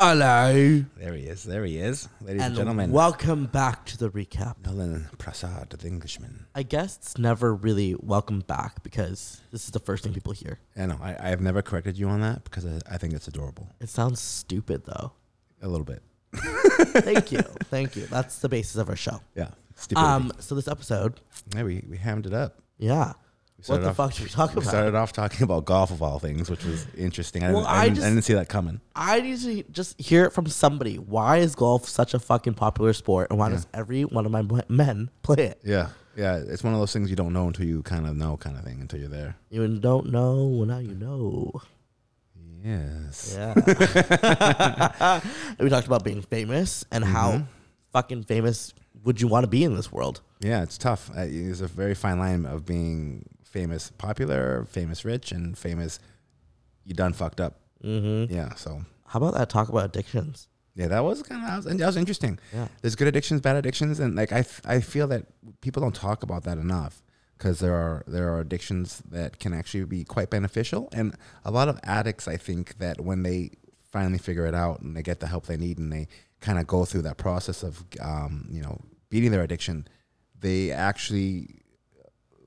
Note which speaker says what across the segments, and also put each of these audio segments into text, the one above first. Speaker 1: Hello
Speaker 2: There he is. There he is. Ladies and,
Speaker 1: and
Speaker 2: gentlemen,
Speaker 1: welcome back to the recap.
Speaker 2: Nolan Prasad, the Englishman.
Speaker 1: I guess it's never really welcome back because this is the first thing people hear.
Speaker 2: I know. I, I have never corrected you on that because I, I think it's adorable.
Speaker 1: It sounds stupid though.
Speaker 2: A little bit.
Speaker 1: Thank you. Thank you. That's the basis of our show.
Speaker 2: Yeah. Stupidity.
Speaker 1: Um, so this episode,
Speaker 2: yeah, we, we hammed it up.
Speaker 1: yeah. What
Speaker 2: started
Speaker 1: the
Speaker 2: off-
Speaker 1: fuck should we talk
Speaker 2: We
Speaker 1: about?
Speaker 2: started off talking about golf of all things, which was interesting. I,
Speaker 1: Well,
Speaker 2: didn't, I,
Speaker 1: I
Speaker 2: didn't, I
Speaker 1: just-
Speaker 2: didn't see that coming.
Speaker 1: I need to just hear it from somebody. Why is golf such a fucking popular sport, and why does every one of my m- men play it?
Speaker 2: Yeah. Yeah. It's one of those things you don't know until you kind of know, kind of thing, until you're there.
Speaker 1: You don't know. Well, now you know.
Speaker 2: Yes.
Speaker 1: Yeah. And we talked about being famous and how fucking famous would you want to be in this world?
Speaker 2: Yeah. It's tough. Uh, It's a very fine line of being famous, popular, famous, rich, and famous, you done fucked up. Mm-hmm. Yeah. So.
Speaker 1: How about that talk about addictions?
Speaker 2: Yeah, that was kind of that was, that was interesting.
Speaker 1: Yeah.
Speaker 2: There's good addictions, bad addictions, and like I f- I feel that people don't talk about that enough because there are there are addictions that can actually be quite beneficial, and a lot of addicts I think that when they finally figure it out and they get the help they need and they kind of go through that process of um, you know beating their addiction, they actually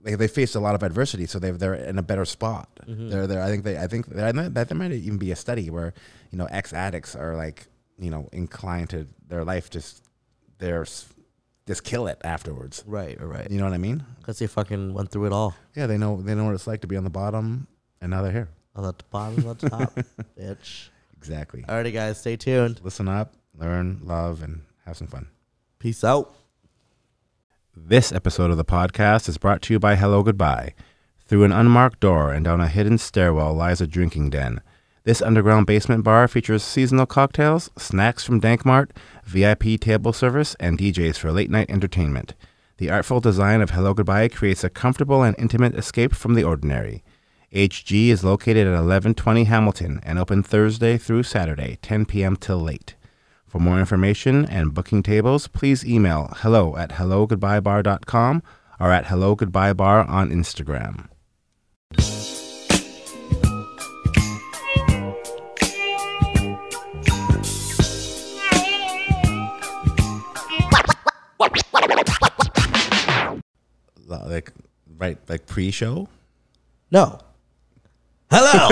Speaker 2: they, they faced a lot of adversity, so they they're in a better spot. They're there. I think they I think I know that there might even be a study where you know ex addicts are like you know inclined to their life just they're s- just kill it afterwards.
Speaker 1: Right, right,
Speaker 2: You know what I mean?
Speaker 1: Because they fucking went through it all.
Speaker 2: Yeah, they know they know what it's like to be on the bottom, and now they're here.
Speaker 1: On the bottom, on the top, bitch.
Speaker 2: Exactly.
Speaker 1: Alrighty, guys, stay tuned.
Speaker 2: Listen up, learn, love, and have some fun.
Speaker 1: Peace out.
Speaker 2: This episode of the podcast is brought to you by Hello Goodbye. Through an unmarked door and down a hidden stairwell lies a drinking den. This underground basement bar features seasonal cocktails, snacks from Dankmart, VIP table service, and DJs for late night entertainment. The artful design of Hello Goodbye creates a comfortable and intimate escape from the ordinary. HG is located at 1120 Hamilton and open Thursday through Saturday, 10 p.m. till late. For more information and booking tables, please email hello at hellogoodbyebar.com or at hellogoodbyebar on Instagram. Like right, like pre-show.
Speaker 1: No. Hello.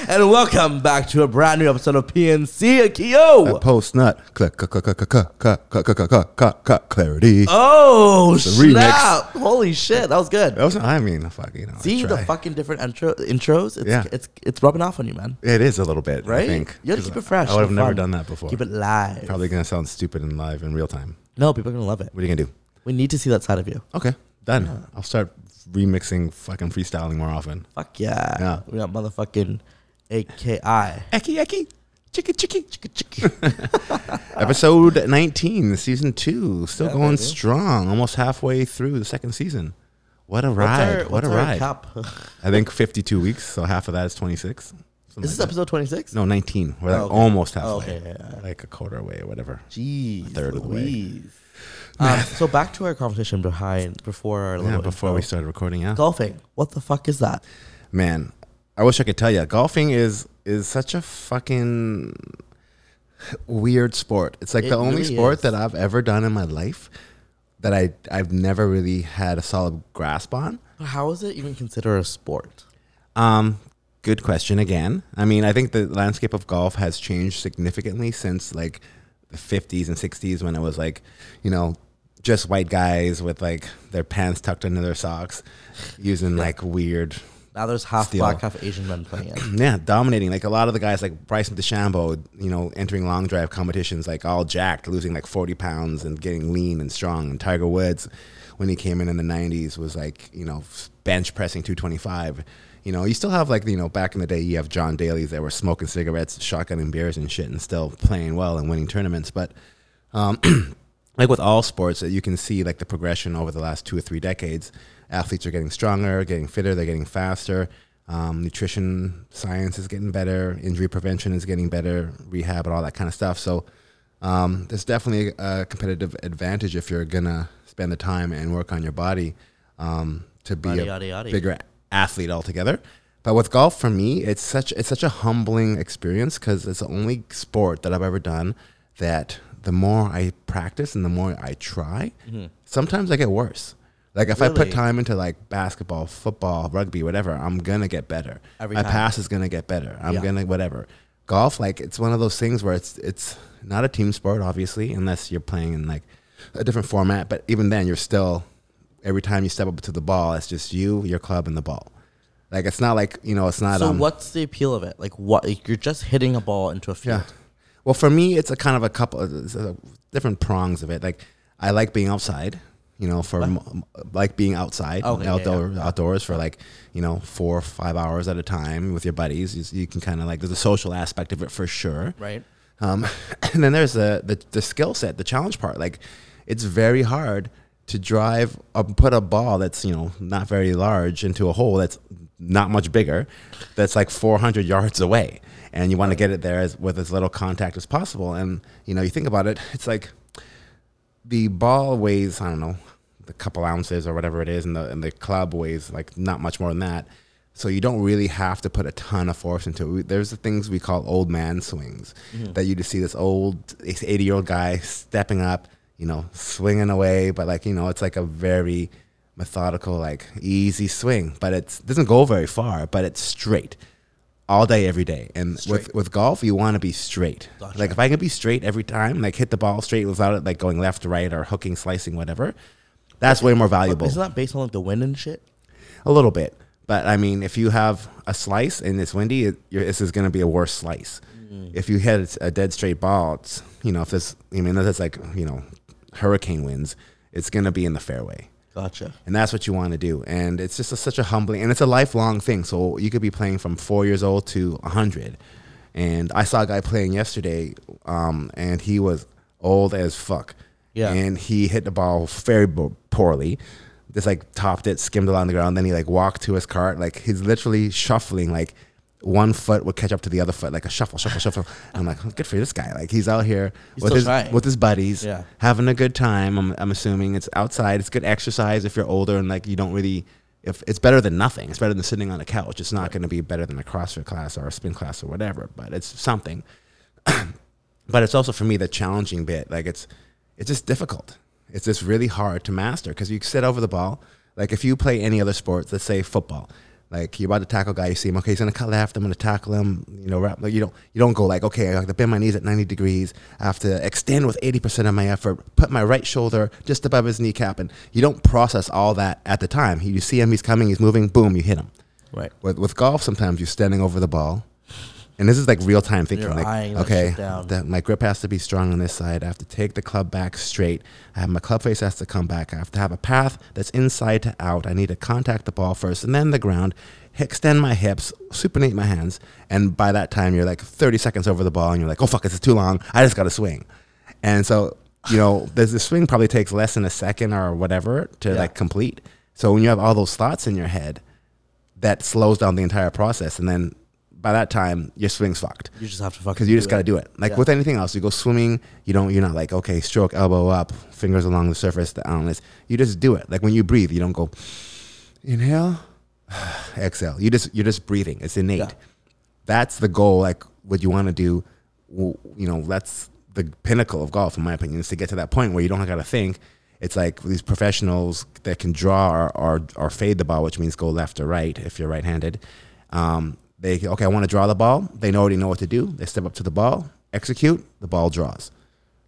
Speaker 1: and welcome back to a brand new episode of PNC Akio.
Speaker 2: Post nut, click, click, click, click, click, click, click, click, click, click, click, clarity.
Speaker 1: Oh,
Speaker 2: remix.
Speaker 1: snap. Holy shit. That was good.
Speaker 2: That was I mean, fuck, you know. I
Speaker 1: See the
Speaker 2: try.
Speaker 1: fucking different intro intros? It's,
Speaker 2: Yeah.
Speaker 1: it's it's rubbing off on you, man.
Speaker 2: It is a little bit,
Speaker 1: Right?
Speaker 2: I think.
Speaker 1: You gotta
Speaker 2: 'Cause
Speaker 1: keep it fresh.
Speaker 2: I would have
Speaker 1: keep it
Speaker 2: never
Speaker 1: fun.
Speaker 2: done that before.
Speaker 1: Keep it live.
Speaker 2: Probably gonna sound stupid and live in real time.
Speaker 1: No, people are gonna love it.
Speaker 2: What are you gonna do?
Speaker 1: We need to see that side of you.
Speaker 2: Okay, done. I'll start remixing, fucking freestyling more often.
Speaker 1: Fuck yeah.
Speaker 2: Yeah.
Speaker 1: We got motherfucking AKI.
Speaker 2: Eki eki, chicky chicky chicky chicky. Episode nineteen, season two, still
Speaker 1: Yeah,
Speaker 2: going
Speaker 1: baby.
Speaker 2: strong. Almost halfway through the second season. What a
Speaker 1: What's
Speaker 2: ride!
Speaker 1: our-
Speaker 2: what
Speaker 1: what's
Speaker 2: a
Speaker 1: our
Speaker 2: ride!
Speaker 1: Cap?
Speaker 2: I think fifty-two weeks, so half of that is twenty-six. Something
Speaker 1: Is this
Speaker 2: like that.
Speaker 1: episode 26?
Speaker 2: No, nineteen. We're like
Speaker 1: okay.
Speaker 2: almost halfway,
Speaker 1: Oh, okay, yeah, yeah.
Speaker 2: like a quarter away, or whatever.
Speaker 1: Jeez.
Speaker 2: third of the way.
Speaker 1: Louise. Um, so back to our conversation behind before our
Speaker 2: Yeah,
Speaker 1: little
Speaker 2: before
Speaker 1: intro.
Speaker 2: we started recording, yeah.
Speaker 1: golfing. What the fuck is that?
Speaker 2: man i wish i could tell you golfing is is such a fucking weird sport it's like
Speaker 1: It
Speaker 2: the only
Speaker 1: really
Speaker 2: sport
Speaker 1: is.
Speaker 2: that i've ever done in my life that i i've never really had a solid grasp on
Speaker 1: How is it even considered a sport?
Speaker 2: um good question again i mean i think the landscape of golf has changed significantly since like the 50s and 60s when it was like you know just white guys with like their pants tucked under their socks using like weird
Speaker 1: Now there's half
Speaker 2: Steel.
Speaker 1: black, half Asian men playing it.
Speaker 2: Yeah, dominating. Like a lot of the guys, like Bryson DeChambeau, you know, entering long drive competitions, like all jacked, losing like forty pounds and getting lean and strong. And Tiger Woods, when he came in in the '90s, was like you know bench pressing 225. You know, you still have like you know back in the day, you have John Daly's that were smoking cigarettes, shotgunning beers and shit, and still playing well and winning tournaments. But like with all sports that you can see like the progression over the last two or three decades athletes are getting stronger getting fitter they're getting faster um, nutrition science is getting better injury prevention is getting better rehab and all that kind of stuff so um, there's definitely a competitive advantage if you're gonna spend the time and work on your body um, to be
Speaker 1: Body,
Speaker 2: a
Speaker 1: yada, yada.
Speaker 2: bigger athlete altogether But with golf, for me, it's such it's such a humbling experience because it's the only sport that I've ever done that the more I practice and the more I try, sometimes I get worse. Like if I put
Speaker 1: Mm-hmm. Really?
Speaker 2: time into like basketball, football, rugby, whatever, I'm gonna get better.
Speaker 1: Every
Speaker 2: My
Speaker 1: time.
Speaker 2: pass is gonna get better. I'm
Speaker 1: Yeah.
Speaker 2: gonna whatever. Golf, like it's one of those things where it's it's not a team sport, obviously, unless you're playing in like a different format. But even then, you're still every time you step up to the ball, it's just you, your club, and the ball. Like it's not like you know, it's not.
Speaker 1: So
Speaker 2: um,
Speaker 1: what's the appeal of it? Like what like, you're just hitting a ball into a field.
Speaker 2: Yeah. Well, for me, it's a kind of a couple it's a different prongs of it. Like I like being outside, you know, for m- like being outside,
Speaker 1: Okay, yeah,
Speaker 2: outdoor, outdoors for like you know four or five hours at a time with your buddies. You, you can kind of like there's a social aspect of it for sure.
Speaker 1: Right.
Speaker 2: Um, and then there's the the, the skill set, the challenge part. Like, it's very hard to drive a, put a ball that's you know not very large into a hole that's not much bigger, that's like 400 yards away, and you want to get it there as, with as little contact as possible. And you know, you think about it, it's like the ball weighs I don't know a couple ounces or whatever it is, and the and the club weighs like not much more than that. So you don't really have to put a ton of force into it. We- There's the things we call old man swings that you just see this old 80 year old guy stepping up, you know, swinging away, but like you know, it's like a very methodical, like easy swing, but it doesn't go very far, but it's straight all day, every day. And with, with golf, you want to be straight.
Speaker 1: Gotcha.
Speaker 2: Like if I can be straight every time, like hit the ball straight without it like going left, right, or hooking, slicing, whatever, that's way more valuable.
Speaker 1: Isn't that based on like the wind and shit?
Speaker 2: A little bit. But I mean, if you have a slice and it's windy, it, your, this is going to be a worse slice.
Speaker 1: Mm.
Speaker 2: If you hit a dead straight ball, it's, you know, if this, I mean, if it's like, you know, hurricane winds, it's going to be in the fairway.
Speaker 1: Gotcha.
Speaker 2: And that's what you want to do. And it's just a, such a humbling, and it's a lifelong thing. So you could be playing from four years old to 100. And I saw a guy playing yesterday, um, and he was old as fuck.
Speaker 1: Yeah.
Speaker 2: And he hit the ball very bo- poorly. Just like topped it, skimmed it on the ground. Then he like walked to his cart. Like he's literally shuffling, like one foot would catch up to the other foot, like a shuffle, shuffle, shuffle. And I'm like, oh, good for this guy. Like he's out here with
Speaker 1: still
Speaker 2: his,
Speaker 1: trying.
Speaker 2: with his buddies
Speaker 1: Yeah.
Speaker 2: having a good time. I'm, I'm assuming it's outside. It's good exercise if you're older and like you don't really. If it's better than nothing, it's better than sitting on a couch. It's not going to be better than a CrossFit class or a spin class or whatever, but it's something. but it's also for me the challenging bit. Like it's it's just difficult. It's just really hard to master because you sit over the ball. Like if you play any other sports, let's say football. Like you're about to tackle a guy, you see him. Okay, he's gonna cut left. I'm gonna tackle him. You know, wrap, like you don't you don't go like, okay, I have to bend my knees at 90 degrees. I have to extend with 80 percent of my effort. Put my right shoulder just above his kneecap, and you don't process all that at the time. You see him, he's coming, he's moving. Boom, you hit him
Speaker 1: Right.
Speaker 2: with, with golf sometimes you're standing over the ball and this is like real time thinking
Speaker 1: You're
Speaker 2: like
Speaker 1: eyeing that
Speaker 2: okay
Speaker 1: shit down.
Speaker 2: that my grip has to be strong on this side i have to take the club back straight i have my club face has to come back i have to have a path that's inside to out i need to contact the ball first and then the ground extend my hips supinate my hands and by that time you're like 30 seconds over the ball and you're like oh fuck this is too long i just gotta swing and so you know there's the swing probably takes less than a second or whatever to
Speaker 1: Yeah.
Speaker 2: like complete so when you have all those thoughts in your head that slows down the entire process. And then by that time, your swing's fucked
Speaker 1: You just have to fucking
Speaker 2: because you just got to
Speaker 1: it.
Speaker 2: do it. Like
Speaker 1: Yeah.
Speaker 2: with anything else, you go swimming, you don't, you're not like, okay, stroke, elbow up, fingers along the surface, the this. You just do it. Like when you breathe, you don't go inhale, exhale. You just, you're just breathing. It's innate.
Speaker 1: Yeah.
Speaker 2: That's the goal. Like what you want to do, w- you know, that's the pinnacle of golf, in my opinion, is to get to that point where you don't got to think. It's like these professionals that can draw or, or, or fade the ball, which means go left or right if you're right handed. Um, they okay, I want to draw the ball. They already know what to do. They step up to the ball, execute. The ball draws.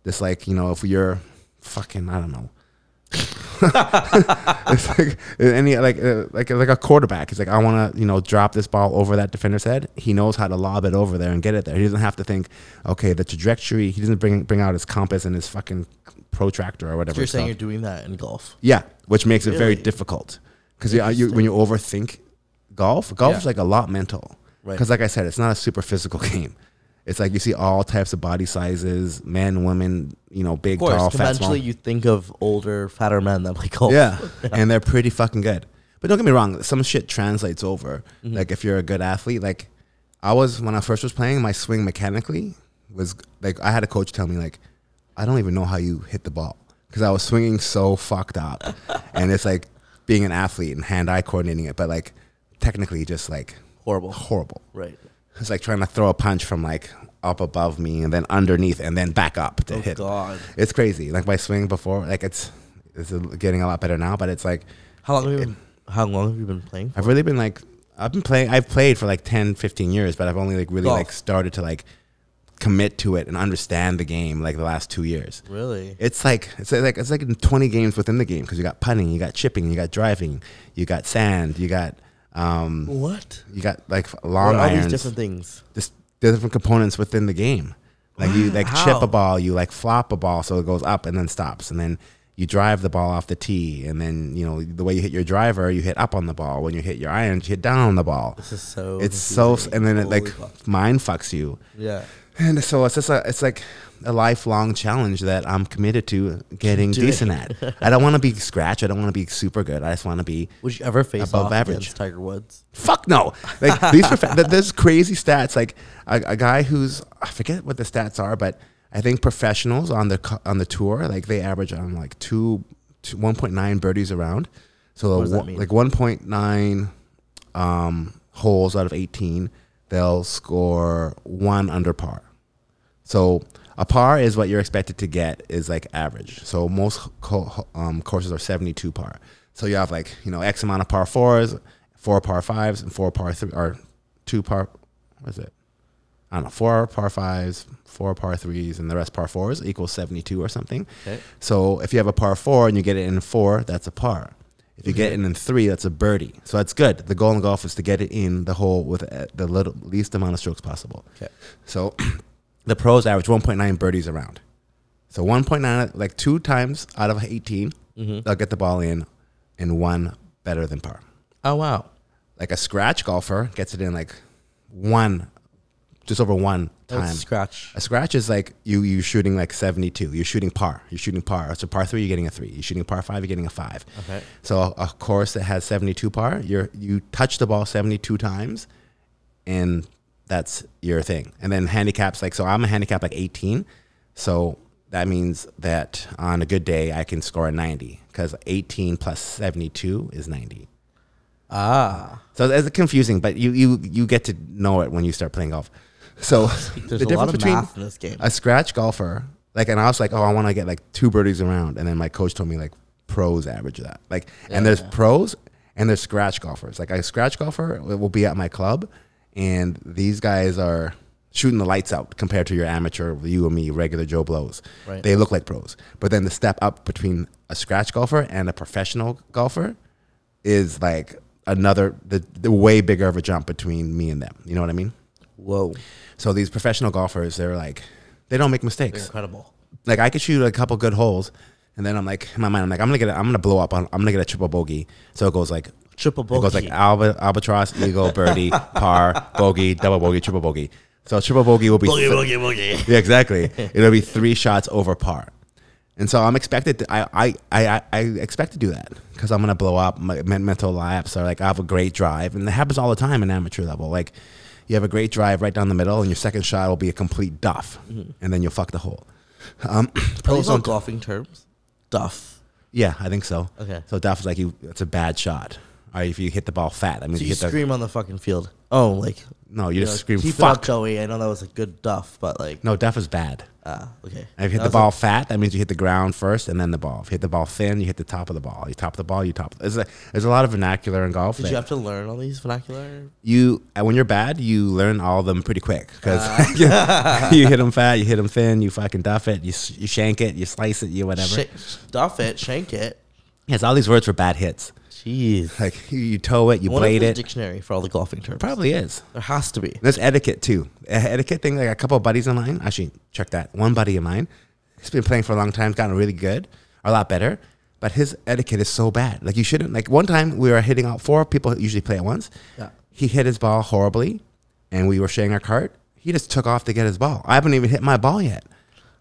Speaker 2: Just like you know, if you're fucking, I don't know. it's like any like uh, like like a quarterback. It's like I want to you know drop this ball over that defender's head. He knows how to lob it over there and get it there. He doesn't have to think. Okay, the trajectory. He doesn't bring bring out his compass and his fucking protractor or whatever.
Speaker 1: So you're saying
Speaker 2: stuff.
Speaker 1: you're doing that in golf.
Speaker 2: Yeah, which makes it very
Speaker 1: Really?
Speaker 2: difficult because you, you, when you overthink golf, golf is
Speaker 1: Yeah.
Speaker 2: like a lot mental.
Speaker 1: Right.
Speaker 2: Because like I said, it's not a super physical game. It's like you see all types of body sizes, men, women, you know, big,
Speaker 1: Of course,
Speaker 2: tall, fat, small.
Speaker 1: conventionally you think of older, fatter men that play golf.
Speaker 2: Yeah. and they're pretty fucking good. But don't get me wrong, some shit translates over.
Speaker 1: Mm-hmm.
Speaker 2: Like if you're a good athlete, like I was when I first was playing, my swing mechanically was like I had a coach tell me like, I don't even know how you hit the ball because I was swinging so fucked up, and it's like being an athlete and hand-eye coordinating it, but like technically just like
Speaker 1: Horrible.
Speaker 2: Horrible.
Speaker 1: Right.
Speaker 2: It's like trying to throw a punch from like up above me and then underneath and then back up to
Speaker 1: Oh
Speaker 2: hit.
Speaker 1: God.
Speaker 2: It's crazy. Like my swing before, like it's it's getting a lot better now, but it's like
Speaker 1: How long have you been, how long have you been playing?
Speaker 2: I've really been like I've been playing I've played for like 10 15 years, but I've only like really
Speaker 1: Golf.
Speaker 2: like started to like commit to it and understand the game like the last 2 years.
Speaker 1: Really?
Speaker 2: It's like it's like it's like in 20 games within the game because you got putting, you got chipping, you got driving, you got sand, you got um
Speaker 1: What?
Speaker 2: you got like
Speaker 1: What
Speaker 2: long
Speaker 1: are all these
Speaker 2: irons
Speaker 1: different things?
Speaker 2: just the different components within the game. Like you like chip
Speaker 1: How?
Speaker 2: a ball, you like flop a ball so it goes up and then stops, and then you drive the ball off the tee, and then you know the way you hit your driver, you hit up on the ball. When you hit your irons, you hit down on the ball.
Speaker 1: This is so.
Speaker 2: It's so,
Speaker 1: confusing.
Speaker 2: and then it
Speaker 1: Holy
Speaker 2: like
Speaker 1: fuck.
Speaker 2: mind fucks you,
Speaker 1: Yeah.
Speaker 2: and so it's just a, it's like a lifelong challenge that I'm committed to getting
Speaker 1: Doing.
Speaker 2: decent at. I don't want to be scratch. I don't want to be super good. I just want to be
Speaker 1: Would you ever face
Speaker 2: Above
Speaker 1: off
Speaker 2: average.
Speaker 1: against Tiger Woods?
Speaker 2: Fuck no! Like these, prof- th- there's crazy stats. Like a, a guy who's I forget what the stats are, but I think professionals on the co- on the tour, like they average on like two, two 1.9 birdies around. So
Speaker 1: does that
Speaker 2: one-
Speaker 1: mean?
Speaker 2: like 1.9 um, holes out of 18, they'll score one under par. So a par is what you're expected to get is like average. So most co- um, courses are 72 par. So you have like you know x amount of par fours, four par fives, and four par three or two par. What is it? I don't know. Four par fives, four par threes, and the rest par fours equals 72 or something.
Speaker 1: Okay.
Speaker 2: So if you have a par four and you get it in four, that's a par. If you get it in three, that's a birdie. So that's good. The goal in golf is to get it in the hole with uh, the little, least amount of strokes possible.
Speaker 1: Okay.
Speaker 2: So the pros average 1.9 birdies around. So 1.9, like two times out of 18, they'll get the ball in, and one better than par.
Speaker 1: Oh wow.
Speaker 2: Like a scratch golfer gets it in like one, just over one
Speaker 1: That was
Speaker 2: time.
Speaker 1: Scratch.
Speaker 2: A scratch is like you you shooting like seventy two. You're shooting par. You're shooting par. So par three, you're getting a three. You're shooting par five, you're getting a five.
Speaker 1: Okay.
Speaker 2: So a, a course that has seventy two par, you're you touch the ball seventy two times, and that's your thing. And then handicaps like so, I'm a handicap like eighteen, so that means that on a good day I can score a ninety because eighteen plus seventy two is ninety.
Speaker 1: Ah.
Speaker 2: So it's confusing, but you you you get to know it when you start playing golf. So
Speaker 1: There's
Speaker 2: the
Speaker 1: a lot
Speaker 2: difference
Speaker 1: of
Speaker 2: between
Speaker 1: math in this game.
Speaker 2: a scratch golfer, like, and I was like, oh, I want to get like two birdies around, and then my coach told me like pros average that, like, and there's pros and there's scratch golfers. Like a scratch golfer will be at my club, and these guys are shooting the lights out compared to your amateur, you and me, regular Joe blows.
Speaker 1: Right.
Speaker 2: They look like pros, but then the step up between a scratch golfer and a professional golfer is like another the, the way bigger of a jump between me and them. You know what I mean?
Speaker 1: Whoa.
Speaker 2: So these professional golfers, they're like, they don't make mistakes.
Speaker 1: Incredible.
Speaker 2: Like I could shoot a couple good holes, and then I'm like, in my mind, I'm like, I'm gonna get, a, I'm gonna blow up on, I'm gonna get a triple bogey. So it goes like,
Speaker 1: Triple
Speaker 2: it goes
Speaker 1: bogey.
Speaker 2: like alba, albatross, eagle, birdie, par, bogey, double bogey, triple bogey. So triple bogey will be
Speaker 1: boogie
Speaker 2: th-
Speaker 1: boogie boogie.
Speaker 2: yeah, exactly. It'll be three shots over par. And so I'm expected to, I, I, I, I expect to do that because I'm going to blow up my men- mental laps or like I have a great drive. And that happens all the time in amateur level. Like you have a great drive right down the middle and your second shot will be a complete duff
Speaker 1: Mm-hmm.
Speaker 2: and then you'll fuck the hole. Um,
Speaker 1: Are these
Speaker 2: pros
Speaker 1: all
Speaker 2: on,
Speaker 1: golfing terms? Duff.
Speaker 2: yeah, I think so.
Speaker 1: Okay.
Speaker 2: So duff is like you, it's a bad shot. Or if you hit the ball fat, I mean,
Speaker 1: So
Speaker 2: you
Speaker 1: you
Speaker 2: hit the,
Speaker 1: scream on the fucking field. Oh, like
Speaker 2: no, you,
Speaker 1: you
Speaker 2: just
Speaker 1: know,
Speaker 2: scream
Speaker 1: keep it up,
Speaker 2: fuck.
Speaker 1: Joey. I know that was a good duff, but like,
Speaker 2: No, duff is bad.
Speaker 1: ah, okay.
Speaker 2: And if
Speaker 1: That
Speaker 2: you hit the
Speaker 1: was
Speaker 2: ball fat, that means you hit the ground first and then the ball. If you hit the ball thin, you hit the top of the ball. You top the ball, you top. There's a, there's a lot of vernacular in golf.
Speaker 1: A,
Speaker 2: that
Speaker 1: did you have to learn all these vernacular?
Speaker 2: you uh, when you're bad, you learn all of them pretty quick because
Speaker 1: Uh.
Speaker 2: you, hit them fat, you hit them thin, you fucking duff it, you, s- you shank it, you slice it, you whatever.
Speaker 1: Sh- duff it, shank it.
Speaker 2: Yes, all these words for bad hits.
Speaker 1: Jeez.
Speaker 2: Like you, you toe it, you
Speaker 1: What is
Speaker 2: blade
Speaker 1: the
Speaker 2: it.
Speaker 1: dictionary for all the golfing terms?
Speaker 2: Probably is.
Speaker 1: There has to be.
Speaker 2: There's etiquette too. E- Etiquette thing, like a couple of buddies of mine, actually, check that. One buddy of mine, he's been playing for a long time, gotten really good, a lot better, but his etiquette is so bad. Like, you shouldn't, like, one time we were hitting out four people who usually play at once.
Speaker 1: Yeah.
Speaker 2: He hit his ball horribly, and we were sharing our cart. He just took off to get his ball. I haven't even hit my ball yet.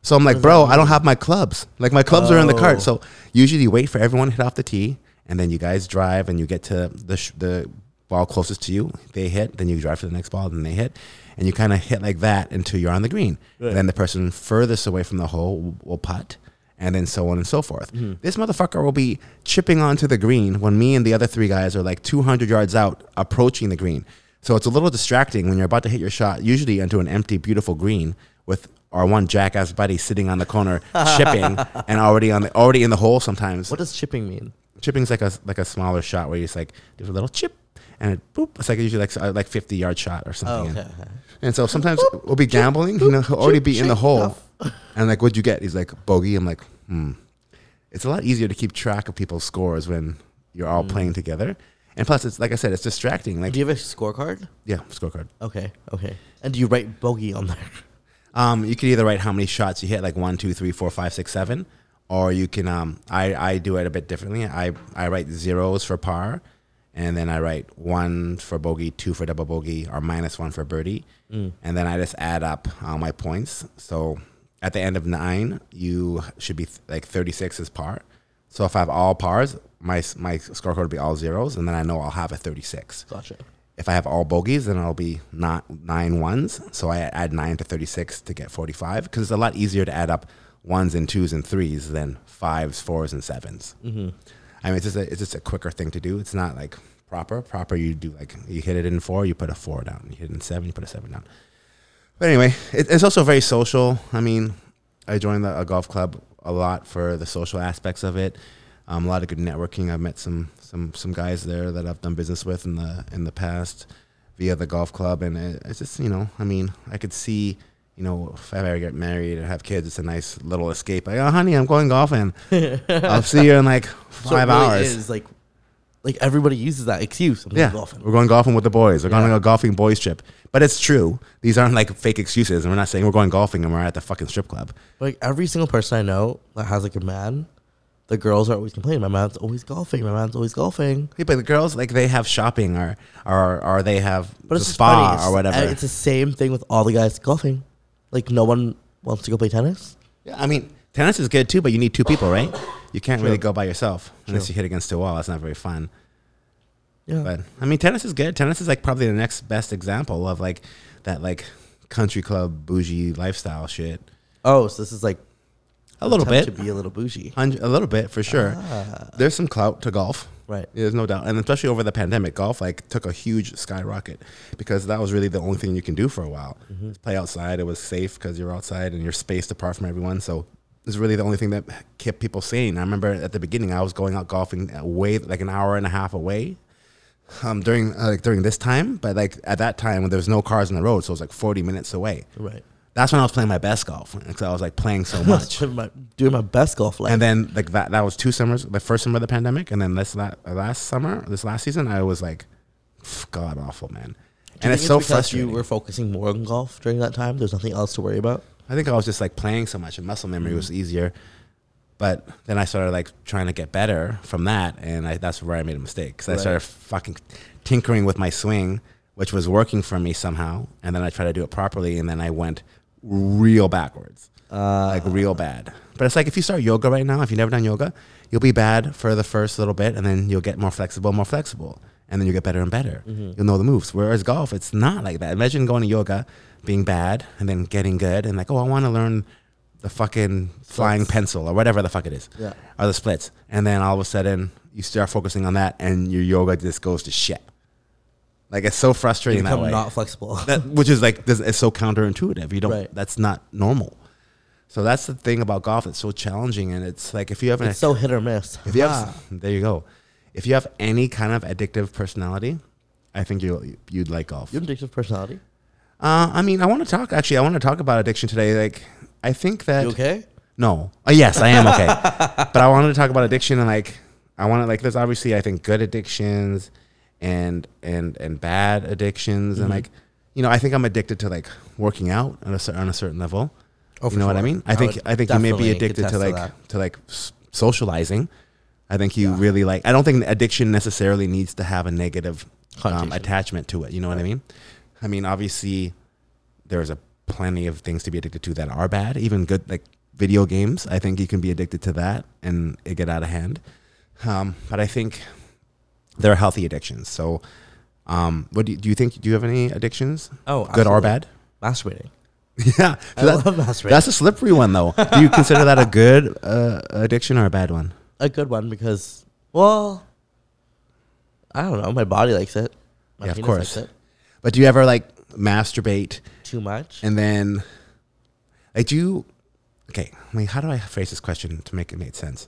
Speaker 2: So I'm like, bro, I don't have my clubs. Like, my clubs are in the
Speaker 1: Oh.
Speaker 2: cart. So usually you wait for everyone to hit off the tee, and then you guys drive and you get to the sh- the ball closest to you. They hit, then you drive to the next ball, then they hit, and you kind of hit like that until you're on the green.
Speaker 1: Right.
Speaker 2: Then the person furthest away from the hole will, will putt, and then so on and so forth.
Speaker 1: Mm-hmm.
Speaker 2: This motherfucker will be chipping onto the green when me and the other three guys are like 200 yards out, approaching the green. So it's a little distracting when you're about to hit your shot, usually into an empty, beautiful green with our one jackass buddy sitting on the corner chipping and already on the, already in the hole sometimes.
Speaker 1: What does chipping mean?
Speaker 2: Chipping's like a like a smaller shot where you just like do a little chip and it boop. It's like usually like s- uh, like fifty yard shot or something.
Speaker 1: okay,
Speaker 2: And-
Speaker 1: Oh, okay.
Speaker 2: And so sometimes we'll be gambling, you know, he'll already be in the
Speaker 1: shake,
Speaker 2: hole, and like, what'd you get? He's like bogey. I'm like, hmm. It's a lot easier to keep track of people's scores when you're
Speaker 1: Hmm.
Speaker 2: all playing together, and plus, it's like I said, it's distracting. Like,
Speaker 1: Do you have a scorecard?
Speaker 2: yeah, scorecard.
Speaker 1: Okay, okay. And do you write bogey on there?
Speaker 2: Um, you could either write how many shots you hit, like one, two, three, four, five, six, seven, or you can. Um, I I do it a bit differently. I I write zeros for par, and then I write one for bogey, two for double bogey, or minus one for birdie, and then I just add up uh, my points. So at the end of nine, you should be th- like thirty six is par. So if I have all pars, my s- my scorecard will be all zeros, and then I know I'll have a thirty six
Speaker 1: Gotcha.
Speaker 2: if I have all bogeys, then I'll be not nine ones. So I add nine to 36 to get 45 because it's a lot easier to add up ones and twos and threes than fives, fours, and 7s Mm-hmm. I mean, it's just, a, it's just a quicker thing to do. It's not like proper. Proper, you do like, you hit it in four, you put a four down. You hit it in seven, you put a seven down. But anyway, it, it's also very social. I mean, I joined the, a golf club a lot for the social aspects of it. Um, a lot of good networking. I've met some some some guys there that I've done business with in the in the past via the golf club, and it, it's just you know, I mean, I could see. You know, if I ever get married and have kids, it's a nice little escape. Like, oh, honey, I'm going golfing. I'll see you in like
Speaker 1: So
Speaker 2: five
Speaker 1: it really
Speaker 2: hours.
Speaker 1: Is like, like everybody uses that excuse. I'm
Speaker 2: Yeah,
Speaker 1: yeah. golfing.
Speaker 2: we're going golfing with the boys. We're going on a golfing boys trip. But it's true. These aren't like fake excuses. And we're not saying we're going golfing and we're at the fucking strip club.
Speaker 1: Like every single person I know that has like a man, the girls are always complaining. My man's always golfing. My man's always golfing.
Speaker 2: Yeah, but the girls like they have shopping or or or they have
Speaker 1: But
Speaker 2: the
Speaker 1: it's just
Speaker 2: spa
Speaker 1: funny. It's-
Speaker 2: or whatever.
Speaker 1: It's the same thing with all the guys golfing. Like no one wants to go play tennis.
Speaker 2: yeah, I mean, tennis is good too, but you need two people, right? You can't really go by yourself unless
Speaker 1: True.
Speaker 2: you hit against a wall. That's not very fun.
Speaker 1: Yeah.
Speaker 2: But I mean, tennis is good. Tennis is like probably the next best example of like that like country club bougie lifestyle shit.
Speaker 1: oh, so this is like
Speaker 2: A little
Speaker 1: attempt
Speaker 2: bit,
Speaker 1: to be Ah. a little bougie.
Speaker 2: Hundred- a little bit for sure. There's some clout to golf.
Speaker 1: Right.
Speaker 2: There's no doubt, and especially over the pandemic, golf like took a huge skyrocket because that was really the only thing you can do for a while. Just Play outside; it was safe because you're outside and you're spaced apart from everyone. So it's really the only thing that kept people sane. I remember at the beginning, I was going out golfing way like an hour and a half away um, during uh, like during this time, but like at that time when there was no cars on the road, so it was like 40 minutes away.
Speaker 1: Right.
Speaker 2: That's when I was playing my best golf because I was like playing so much.
Speaker 1: Doing my, doing my best golf life.
Speaker 2: And then like that that was two summers, the first summer of the pandemic, and then this la- uh, last summer, this last season, I was like, "Pff, god awful,
Speaker 1: Do
Speaker 2: man.
Speaker 1: you
Speaker 2: And it's
Speaker 1: think
Speaker 2: so
Speaker 1: because
Speaker 2: frustrating.
Speaker 1: You were focusing more on golf during that time. There's nothing else to worry about.
Speaker 2: I think I was just like playing so much, and muscle memory was easier. But then I started like trying to get better from that, and I, that's where I made a mistake because I
Speaker 1: Right.
Speaker 2: started fucking tinkering with my swing, which was working for me somehow. And then I tried to do it properly, and then I went real backwards,
Speaker 1: uh,
Speaker 2: like real bad. But it's like if you start yoga right now, if you've never done yoga, you'll be bad for the first little bit, and then you'll get more flexible, more flexible, and then you will get better and better.
Speaker 1: Mm-hmm.
Speaker 2: You'll know the moves. Whereas golf, it's not like that. Imagine going to yoga, being bad, and then getting good, and like, oh, I want to learn the fucking flying pencil or whatever the fuck it is,
Speaker 1: Yeah.
Speaker 2: or the splits, and then all of a sudden you start focusing on that, and your yoga just goes to shit. Like it's so
Speaker 1: You
Speaker 2: frustrating that
Speaker 1: become
Speaker 2: way,
Speaker 1: not flexible.
Speaker 2: that, which is like this, it's so counterintuitive. You don't.
Speaker 1: Right.
Speaker 2: That's not normal. So that's the thing about golf. It's so challenging, and it's like if you haven't
Speaker 1: it's so hit or miss.
Speaker 2: if you have,
Speaker 1: Ah.
Speaker 2: there you go. If you have any kind of addictive personality, I think you you'd like golf.
Speaker 1: you have an addictive personality.
Speaker 2: Uh, I mean, I want to talk. Actually, I want to talk about addiction today. Like, I think that
Speaker 1: You okay?
Speaker 2: no. Uh, yes, I am okay. but I wanted to talk about addiction and like I want to like there's obviously I think good addictions and and and bad addictions and like you know I think I'm addicted to like working out on a cer- on a certain level.
Speaker 1: Oh, for
Speaker 2: you know what I
Speaker 1: sure.
Speaker 2: mean? I,
Speaker 1: I
Speaker 2: think
Speaker 1: would
Speaker 2: I think you may be
Speaker 1: definitely
Speaker 2: addicted to
Speaker 1: contest to
Speaker 2: like
Speaker 1: that.
Speaker 2: to like s- socializing. I think you really like. I don't think addiction necessarily needs to have a negative um,
Speaker 1: Connotation.
Speaker 2: attachment to it. You know what I mean? I mean, obviously, there's a plenty of things to be addicted to that are bad. Even good like video games. I think you can be addicted to that and it get out of hand. Um, but I think there are healthy addictions. So, um, what do you, do you think? Do you have any addictions?
Speaker 1: Oh,
Speaker 2: good or
Speaker 1: absolutely.
Speaker 2: bad?
Speaker 1: Masturbating.
Speaker 2: Yeah,
Speaker 1: I love masturbating.
Speaker 2: That's a slippery one, though. Do you consider that a good uh, addiction or a bad one?
Speaker 1: A good one because, well, I don't know. My body likes it. My
Speaker 2: Yeah, of
Speaker 1: penis
Speaker 2: course.
Speaker 1: Likes it.
Speaker 2: But do you ever like masturbate
Speaker 1: Too much.
Speaker 2: and then like do you okay, I mean how do I phrase this question to make it make sense?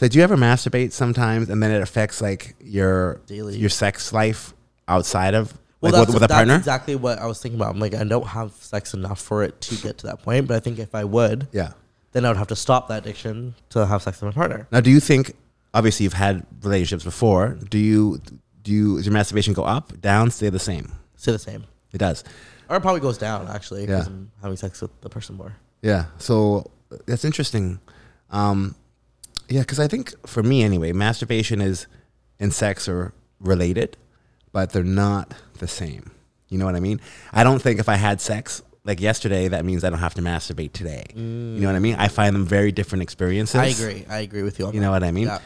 Speaker 2: Like do you ever masturbate sometimes and then it affects like your
Speaker 1: Daily.
Speaker 2: your sex life outside of
Speaker 1: well,
Speaker 2: like
Speaker 1: that's,
Speaker 2: with, with a
Speaker 1: that's
Speaker 2: partner?
Speaker 1: exactly what I was thinking about. I'm like, I don't have sex enough for it to get to that point, but I think if I would,
Speaker 2: yeah.
Speaker 1: then I would have to stop that addiction to have sex with my partner.
Speaker 2: Now, do you think? Obviously, you've had relationships before. Do you? Do you? Does your masturbation go up, down, stay the same?
Speaker 1: Say the same.
Speaker 2: It does.
Speaker 1: Or it probably goes down, actually, because
Speaker 2: Yeah.
Speaker 1: I'm having sex with the person more.
Speaker 2: Yeah. So that's interesting. Um, yeah, because I think for me anyway, masturbation is and sex are related, but they're not the same. You know what I mean? I don't think if I had sex like yesterday, that means I don't have to masturbate today. You know what I mean? I find them very different experiences.
Speaker 1: I agree. I agree with you on
Speaker 2: You know
Speaker 1: that.
Speaker 2: what I mean?
Speaker 1: Yeah.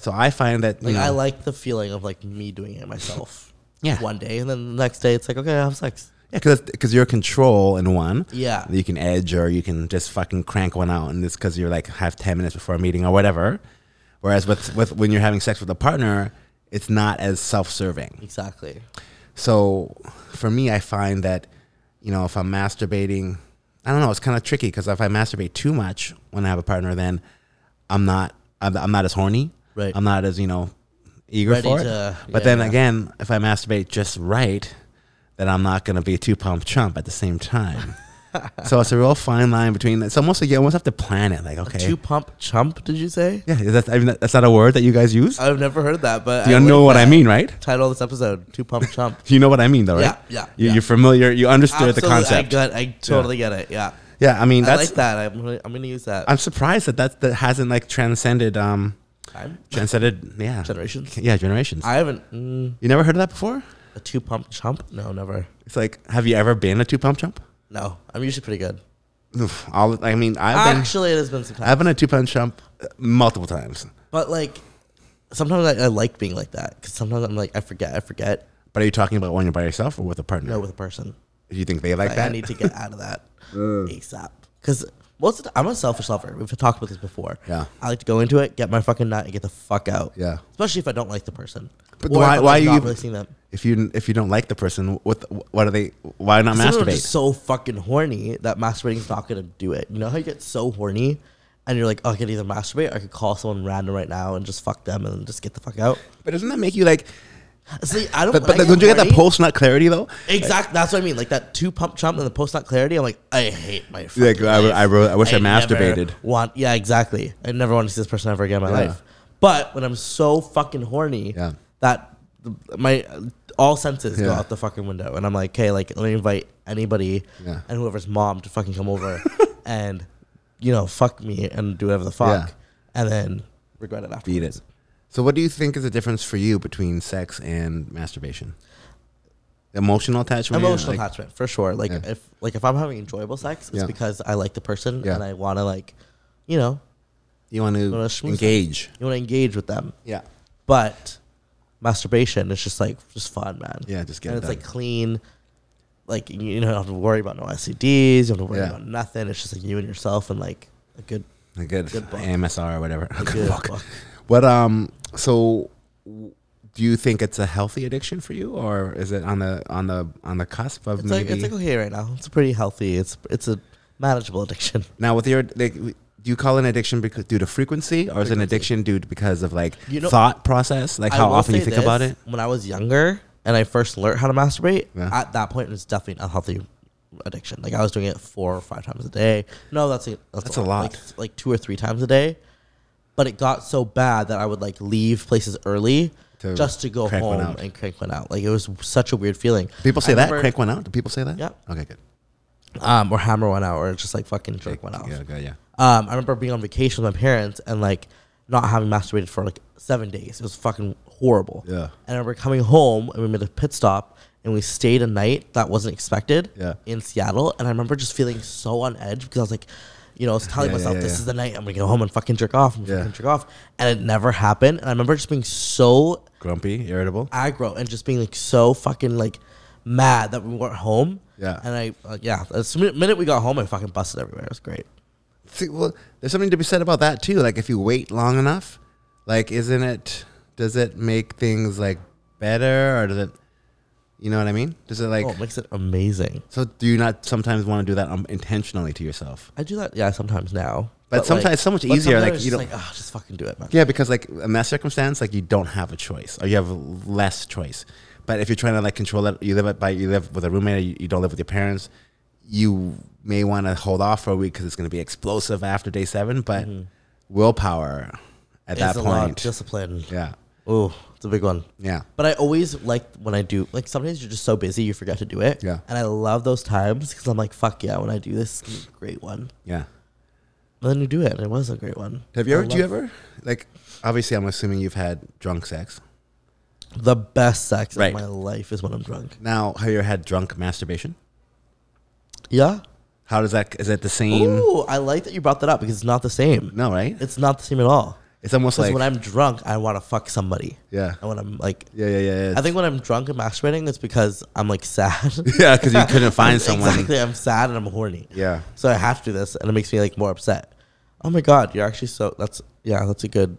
Speaker 2: So I find that you
Speaker 1: Like,
Speaker 2: know,
Speaker 1: I like the feeling of, like, me doing it myself.
Speaker 2: Yeah.
Speaker 1: One day, and then the next day, it's like, okay, I have sex.
Speaker 2: Yeah, because because you're control in one.
Speaker 1: Yeah.
Speaker 2: you can edge or you can just fucking crank one out, and it's because you're like have ten minutes before a meeting or whatever. Whereas with with when you're having sex with a partner, it's not as self serving.
Speaker 1: Exactly.
Speaker 2: So for me, I find that you know if I'm masturbating, I don't know, it's kind of tricky because if I masturbate too much when I have a partner, then I'm not I'm, I'm not as horny.
Speaker 1: Right.
Speaker 2: I'm not as you know eager
Speaker 1: Ready
Speaker 2: for
Speaker 1: to-
Speaker 2: it. But
Speaker 1: yeah,
Speaker 2: then
Speaker 1: yeah.
Speaker 2: again, if I masturbate just right, then I'm not going to be a two pump chump at the same time. so it's a real fine line between. It's almost like you almost have to plan it. Like okay,
Speaker 1: Two pump chump, did you say?
Speaker 2: yeah, is that I mean, that- that's not a word that you guys use.
Speaker 1: I've never heard that, but
Speaker 2: you
Speaker 1: would
Speaker 2: know what I
Speaker 1: bet.
Speaker 2: mean, right?
Speaker 1: Title of this episode: Two Pump Chump.
Speaker 2: You know what I mean, though, right?
Speaker 1: Yeah, yeah,
Speaker 2: You,
Speaker 1: yeah.
Speaker 2: You're familiar. You understood the
Speaker 1: Absolutely,
Speaker 2: concept.
Speaker 1: I got. I totally get it. Yeah,
Speaker 2: Yeah, I mean
Speaker 1: I
Speaker 2: that's.
Speaker 1: like that. I'm. gonna- I'm gonna use that.
Speaker 2: I'm surprised that that, that hasn't like transcended um
Speaker 1: Time.
Speaker 2: transcended yeah
Speaker 1: Generations.
Speaker 2: yeah generations.
Speaker 1: I haven't mm,
Speaker 2: you never heard of that before?
Speaker 1: a two pump chump. No, never.
Speaker 2: It's like have you ever been a two pump chump?
Speaker 1: No, I'm usually pretty good.
Speaker 2: Oof, All I mean I've been
Speaker 1: Actually, it has been some time,
Speaker 2: I've been a two pump chump uh, multiple times,
Speaker 1: but like sometimes I, I like being like that because sometimes I'm like I forget. I forget.
Speaker 2: but are you talking about when you're by yourself or with a partner?
Speaker 1: No, with a person.
Speaker 2: Do you think they like
Speaker 1: Like, I
Speaker 2: that? Mm.
Speaker 1: need to get out of that ASAP because. Most of the, I'm a selfish lover. We've talked about this before.
Speaker 2: Yeah.
Speaker 1: I like to go into it, get my fucking nut, and get the fuck out.
Speaker 2: Yeah.
Speaker 1: Especially if I don't like the person.
Speaker 2: But
Speaker 1: Or
Speaker 2: why-
Speaker 1: if
Speaker 2: why
Speaker 1: I'm
Speaker 2: you
Speaker 1: not
Speaker 2: even-
Speaker 1: really seeing them?
Speaker 2: if you if you don't like the person, what what are they? Why not
Speaker 1: Some people are
Speaker 2: masturbate?
Speaker 1: just so fucking horny that masturbating is not gonna do it. You know how you get so horny, and you're like, oh, I could either masturbate or I could call someone random right now and just fuck them and just get the fuck out.
Speaker 2: but doesn't that make you like?
Speaker 1: See, I don't.
Speaker 2: But,
Speaker 1: when
Speaker 2: but
Speaker 1: I
Speaker 2: don't you get that
Speaker 1: horny-
Speaker 2: post nut clarity though?
Speaker 1: Exactly. That's what I mean. Like that two pump chump and the post not clarity. I'm like, I hate my. fucking
Speaker 2: Like, I-
Speaker 1: life.
Speaker 2: I wrote- I wish I
Speaker 1: never
Speaker 2: masturbated.
Speaker 1: Want yeah, exactly. I never want to see this person ever again in my
Speaker 2: Yeah.
Speaker 1: life. But when I'm so fucking horny,
Speaker 2: Yeah.
Speaker 1: that my all senses go
Speaker 2: Yeah.
Speaker 1: out the fucking window, and I'm like, okay, like let me invite anybody
Speaker 2: Yeah.
Speaker 1: and whoever's mom to fucking come over and you know fuck me and do whatever the fuck,
Speaker 2: Yeah.
Speaker 1: and then regret it after.
Speaker 2: Beat it. So, what do you think is the difference for you between sex and masturbation? Emotional attachment.
Speaker 1: emotional
Speaker 2: like-
Speaker 1: attachment for sure like
Speaker 2: Yeah.
Speaker 1: if like if i'm having enjoyable sex it's
Speaker 2: Yeah.
Speaker 1: because i like the person
Speaker 2: Yeah.
Speaker 1: and i want to like you know
Speaker 2: You want
Speaker 1: wanna
Speaker 2: to
Speaker 1: schmooze
Speaker 2: engage.
Speaker 1: you want to engage with them
Speaker 2: Yeah.
Speaker 1: but masturbation is just like just fun man
Speaker 2: Yeah, just get
Speaker 1: and
Speaker 2: it
Speaker 1: it's
Speaker 2: done.
Speaker 1: like clean like you you don't have to worry about no STDs. You don't have to worry
Speaker 2: Yeah.
Speaker 1: about nothing. It's just like you and yourself and like a good.
Speaker 2: A good,
Speaker 1: Good book.
Speaker 2: AMSR or whatever.
Speaker 1: good
Speaker 2: Fuck.
Speaker 1: book.
Speaker 2: But um, so w- do you think it's a healthy addiction for you, or is it on the on the on the cusp of
Speaker 1: It's like it's
Speaker 2: maybe?
Speaker 1: like okay right now. It's pretty healthy. It's it's a manageable addiction.
Speaker 2: now with your like, w- do you call it an addiction because due to frequency, or is it an addiction due to because of like
Speaker 1: You know-
Speaker 2: thought process, like
Speaker 1: I
Speaker 2: how
Speaker 1: will
Speaker 2: often you
Speaker 1: say
Speaker 2: think
Speaker 1: this,
Speaker 2: about it?
Speaker 1: When I was younger and I first learned how to masturbate,
Speaker 2: Yeah.
Speaker 1: at that point it was definitely an unhealthy addiction. Like I was doing it four or five times a day. No, that's a, that's,
Speaker 2: That's a lot.
Speaker 1: Like, like two or three times a day. But it got so bad that I would like leave places early
Speaker 2: To
Speaker 1: just to go
Speaker 2: crank one
Speaker 1: home
Speaker 2: out.
Speaker 1: and crank one out. Like it was such a weird feeling.
Speaker 2: People say
Speaker 1: I
Speaker 2: that
Speaker 1: remember-
Speaker 2: crank one out. Do people say that?
Speaker 1: Yeah.
Speaker 2: Okay, good.
Speaker 1: um, or hammer one out, or just like fucking jerk one out.
Speaker 2: Yeah, okay, yeah.
Speaker 1: Um, I remember being on vacation with my parents and like not having masturbated for like seven days. It was fucking horrible.
Speaker 2: Yeah.
Speaker 1: And I remember coming home and we made a pit stop and we stayed a night that wasn't expected
Speaker 2: Yeah.
Speaker 1: in Seattle. And I remember just feeling so on edge because I was like, you know, I was telling
Speaker 2: Yeah,
Speaker 1: myself,
Speaker 2: yeah,
Speaker 1: this
Speaker 2: yeah.
Speaker 1: is the night I'm gonna go home and fucking jerk off and
Speaker 2: Yeah.
Speaker 1: fucking jerk off. And it never happened. And I remember just being so
Speaker 2: Grumpy, irritable.
Speaker 1: aggro and just being like so fucking like mad that we weren't home.
Speaker 2: Yeah.
Speaker 1: And I, uh, yeah, the minute, minute we got home, I fucking busted everywhere. It was great.
Speaker 2: See, well, there's something to be said about that too. Like if you wait long enough, like isn't it? Does it make things like better, or does it? You know what I mean? Does it like
Speaker 1: Oh, it makes it amazing.
Speaker 2: so? Do you not sometimes want to do that um, intentionally to yourself?
Speaker 1: I do that, yeah, sometimes now.
Speaker 2: But sometimes
Speaker 1: like-
Speaker 2: it's so much
Speaker 1: but
Speaker 2: easier, like,
Speaker 1: sometimes
Speaker 2: you
Speaker 1: it's
Speaker 2: don't-
Speaker 1: just like, ah, just fucking do it, man.
Speaker 2: Yeah, because like in that circumstance, like you don't have a choice, or you have less choice. But if you're trying to like control it, you live it by you live with a roommate, or you, you don't live with your parents. You may want to hold off for a week because it's going to be explosive after day seven. But willpower at that
Speaker 1: It's a
Speaker 2: point,
Speaker 1: lot. Discipline.
Speaker 2: yeah,
Speaker 1: Oh, it's a big one.
Speaker 2: yeah,
Speaker 1: But I always like when I do, like sometimes you're just so busy you forget to do it.
Speaker 2: Yeah.
Speaker 1: And I love those times because I'm like, fuck yeah, when I do this, it's a great one.
Speaker 2: yeah.
Speaker 1: But then you do it and it was a great one.
Speaker 2: Have you
Speaker 1: I
Speaker 2: ever? Do you
Speaker 1: love-
Speaker 2: ever like? Obviously, I'm assuming you've had drunk sex.
Speaker 1: The best sex
Speaker 2: Right.
Speaker 1: of my life is when I'm drunk.
Speaker 2: Now, have you ever had drunk masturbation?
Speaker 1: Yeah.
Speaker 2: How does that? Is it the same?
Speaker 1: Ooh, I like that you brought that up because it's not the same.
Speaker 2: No, right? It's,
Speaker 1: It's not the same at all.
Speaker 2: almost
Speaker 1: Because
Speaker 2: like
Speaker 1: when I'm drunk, I want to fuck somebody.
Speaker 2: yeah,
Speaker 1: And when I'm like,
Speaker 2: yeah, yeah, yeah. yeah.
Speaker 1: I think when I'm drunk and masturbating, it's because I'm like sad.
Speaker 2: yeah, because you couldn't find someone.
Speaker 1: Exactly. I'm sad and I'm horny.
Speaker 2: Yeah.
Speaker 1: So I have to do this, and it makes me like more upset. Oh my god, you're actually so. That's yeah, that's a good,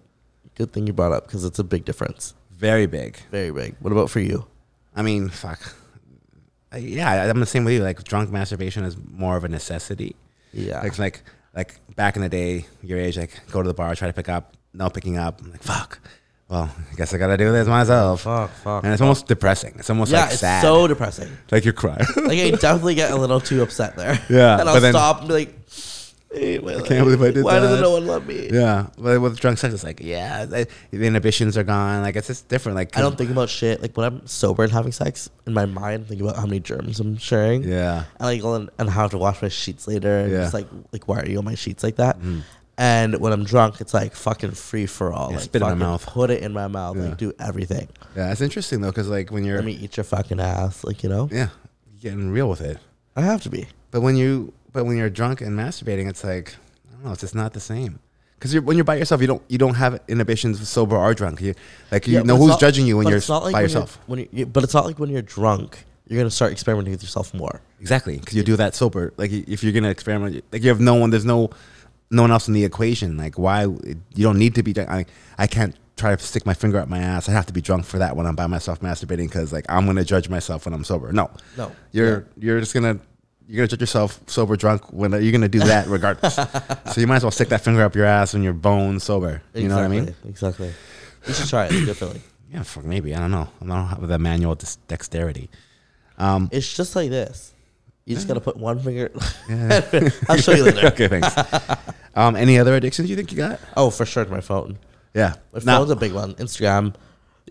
Speaker 1: good thing you brought up because it's a big difference.
Speaker 2: Very big.
Speaker 1: Very big. What about for you?
Speaker 2: I mean, fuck. I, yeah, I- I'm the same with you. Like, drunk masturbation is more of a necessity.
Speaker 1: Yeah.
Speaker 2: Like, like, like back in the day, your age, like, go to the bar, try to pick up, no picking up. I'm like, fuck. Well, I guess I gotta do this myself.
Speaker 1: Fuck, fuck,
Speaker 2: And it's almost depressing. It's almost
Speaker 1: yeah,
Speaker 2: like
Speaker 1: it's
Speaker 2: sad.
Speaker 1: so depressing.
Speaker 2: like you're crying.
Speaker 1: Like I definitely get a little too upset there.
Speaker 2: Yeah,
Speaker 1: and
Speaker 2: but
Speaker 1: I'll
Speaker 2: then-
Speaker 1: stop and be like, hey, my I
Speaker 2: can't believe I did
Speaker 1: Why
Speaker 2: that."
Speaker 1: doesn't no one love me?
Speaker 2: yeah, but with drunk sex, it's like, yeah, the the inhibitions are gone. Like, it's just different. Like,
Speaker 1: I don't think about shit. Like when I'm sober and having sex, in my mind, I think about how many germs I'm sharing.
Speaker 2: Yeah.
Speaker 1: and like and, and how to wash my sheets later. And
Speaker 2: Yeah. Mm-hmm.
Speaker 1: just like like why are you on my sheets like that? And when I'm drunk, it's like fucking free for all. like
Speaker 2: spit in my
Speaker 1: fucking
Speaker 2: mouth.
Speaker 1: put it in my mouth,
Speaker 2: Yeah.
Speaker 1: like do everything.
Speaker 2: Yeah, it's interesting though, because like when you're,
Speaker 1: Let me eat your fucking ass, like you know.
Speaker 2: yeah, you're getting real with it.
Speaker 1: I have to be.
Speaker 2: But when you but when you're drunk and masturbating, it's like I don't know, it's just not the same. Because you're, when you're by yourself, you don't you don't have inhibitions, sober or drunk. You like you
Speaker 1: Yeah, but
Speaker 2: know
Speaker 1: it's
Speaker 2: who's
Speaker 1: not-
Speaker 2: judging you when
Speaker 1: but
Speaker 2: you're
Speaker 1: it's not like
Speaker 2: by
Speaker 1: when you're-
Speaker 2: yourself.
Speaker 1: When you, but it's not like when you're drunk, you're gonna start experimenting with yourself more.
Speaker 2: Exactly, because you do that sober. Like y- if you're gonna experiment, like you have no one. There's no no one else in the equation. Like why you don't need to be drunk. I I can't try to stick my finger up my ass. I have to be drunk for that when I'm by myself masturbating because like I'm gonna judge myself when I'm sober. No,
Speaker 1: No.
Speaker 2: you're you're just gonna. You're gonna judge yourself sober, drunk. When you're gonna do that, regardless. so you might as well stick that finger up your ass when you're bone sober. You know what I mean?
Speaker 1: Exactly, Exactly. You should try it. It's good for like-
Speaker 2: Yeah, fuck, maybe I don't know. I don't have the manual dis- dexterity. Mm.
Speaker 1: It's just like this. You just gotta put one finger. I'll show you later.
Speaker 2: okay, thanks. um, any other addictions you think you got?
Speaker 1: Oh, for sure, my phone.
Speaker 2: Yeah,
Speaker 1: My
Speaker 2: Now-
Speaker 1: phone's a big one. Instagram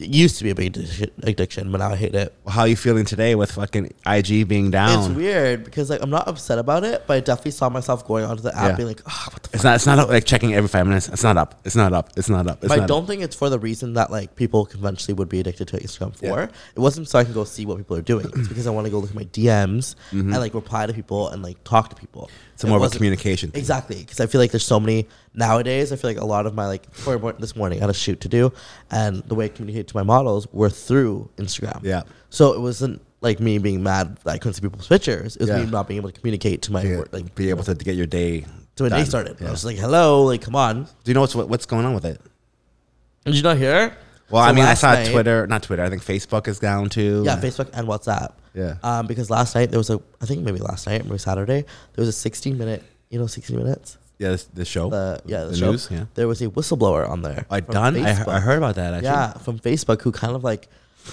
Speaker 1: it used to be a big addic- addiction, but now I hate it.
Speaker 2: how you feeling today with fucking IG being down?
Speaker 1: It's weird because like I'm not upset about it, but I definitely saw myself going onto the app
Speaker 2: Yeah.
Speaker 1: being like, oh, what the fuck?
Speaker 2: It's not. It's not up, like checking every five minutes. It's not up. It's not up. It's not up. It's
Speaker 1: But
Speaker 2: not
Speaker 1: I
Speaker 2: up.
Speaker 1: don't think it's for the reason that like people conventionally would be addicted to Instagram for.
Speaker 2: Yeah.
Speaker 1: It wasn't so I can go see what people are doing. It's because I want to go look at my DMs and like reply to people and like talk to people.
Speaker 2: Mm-hmm. It's more
Speaker 1: It
Speaker 2: of a
Speaker 1: wasn't-
Speaker 2: communication. thing.
Speaker 1: Exactly, because I feel like there's so many nowadays. I feel like a lot of my like for mor- this morning I had a shoot to do, and the way I communicate to my models were through Instagram.
Speaker 2: Yeah.
Speaker 1: So it wasn't like me being mad that I couldn't see people's pictures. It was
Speaker 2: Yeah.
Speaker 1: me not being able to communicate to my work, like
Speaker 2: be able to get your day.
Speaker 1: to when
Speaker 2: done.
Speaker 1: they started.
Speaker 2: Yeah.
Speaker 1: I was like, hello, like come on.
Speaker 2: Do you know what's what, what's going on with it?
Speaker 1: Did you not hear?
Speaker 2: Well,
Speaker 1: So
Speaker 2: I mean, I
Speaker 1: last
Speaker 2: saw
Speaker 1: night-
Speaker 2: Twitter, not Twitter. I think Facebook is down too.
Speaker 1: Yeah, Facebook and WhatsApp.
Speaker 2: Yeah.
Speaker 1: Um, because last night there was a, I think maybe last night, maybe Saturday, there was a 60 minute, you know, 60 minutes.
Speaker 2: yeah. The, the show,
Speaker 1: The yeah, the,
Speaker 2: the
Speaker 1: show.
Speaker 2: news, yeah.
Speaker 1: There was a whistleblower on there.
Speaker 2: I
Speaker 1: from
Speaker 2: done. I, he-
Speaker 1: Facebook.
Speaker 2: I heard about that actually.
Speaker 1: Yeah, from Facebook, who kind of like,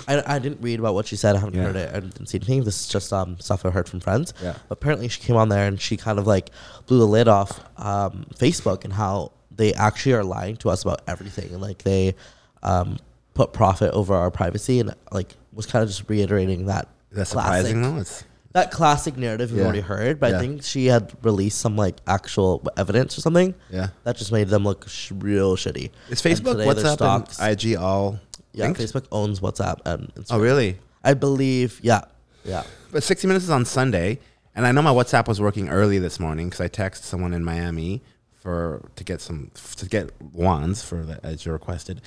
Speaker 1: I, I didn't read about what she said. I haven't
Speaker 2: Yeah.
Speaker 1: heard it. I didn't see anything. This is just um, stuff I heard from friends.
Speaker 2: Yeah.
Speaker 1: But apparently, she came on there and she kind of like blew the lid off um, Facebook and how they actually are lying to us about everything and like they um, put profit over our privacy and like was kind of just reiterating that.
Speaker 2: That's
Speaker 1: classic-
Speaker 2: surprising though. It's
Speaker 1: That classic narrative we've
Speaker 2: Yeah.
Speaker 1: already heard, but
Speaker 2: Yeah.
Speaker 1: I think she had released some like actual evidence or something.
Speaker 2: Yeah.
Speaker 1: That just made them look sh- real shitty.
Speaker 2: it's
Speaker 1: And
Speaker 2: Facebook,
Speaker 1: today their
Speaker 2: WhatsApp, and IG all.
Speaker 1: yeah,
Speaker 2: linked?
Speaker 1: Facebook owns WhatsApp and Instagram.
Speaker 2: Oh really?
Speaker 1: I believe. Yeah, yeah.
Speaker 2: But 60 Minutes is on Sunday, and I know my WhatsApp was working early this morning because I texted someone in Miami for to get some to get wands for the, as you requested,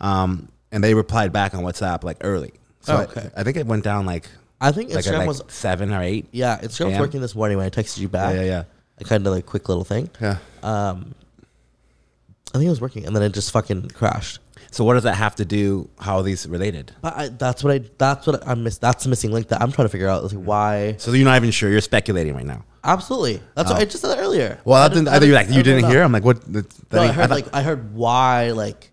Speaker 2: um, and they replied back on WhatsApp like early. So
Speaker 1: Mm-hmm. Oh,
Speaker 2: I-
Speaker 1: okay.
Speaker 2: I, think it went down like
Speaker 1: I think
Speaker 2: like,
Speaker 1: Instagram
Speaker 2: at, like
Speaker 1: was.
Speaker 2: seven or eight.
Speaker 1: Yeah, Instagram was
Speaker 2: AM.
Speaker 1: working this morning when I texted you
Speaker 2: Yeah,
Speaker 1: back.
Speaker 2: yeah, yeah, Uh,
Speaker 1: A kind of like quick little thing.
Speaker 2: yeah.
Speaker 1: Um, I think it was working, and then it just fucking crashed.
Speaker 2: So what does that have to do? How are these related?
Speaker 1: But I, that's what I. That's what I'm miss. That's the missing link that I'm trying to figure out. Like why?
Speaker 2: So you're not even sure. You're speculating right now.
Speaker 1: Absolutely. That's
Speaker 2: Oh.
Speaker 1: what I just said earlier.
Speaker 2: Well, I,
Speaker 1: did-
Speaker 2: didn't,
Speaker 1: I
Speaker 2: I thought you
Speaker 1: did-
Speaker 2: were like
Speaker 1: I
Speaker 2: you
Speaker 1: did
Speaker 2: didn't
Speaker 1: not-
Speaker 2: hear. I'm like, what? that- that
Speaker 1: No, I
Speaker 2: ain't- I
Speaker 1: heard
Speaker 2: thought-
Speaker 1: like I heard why like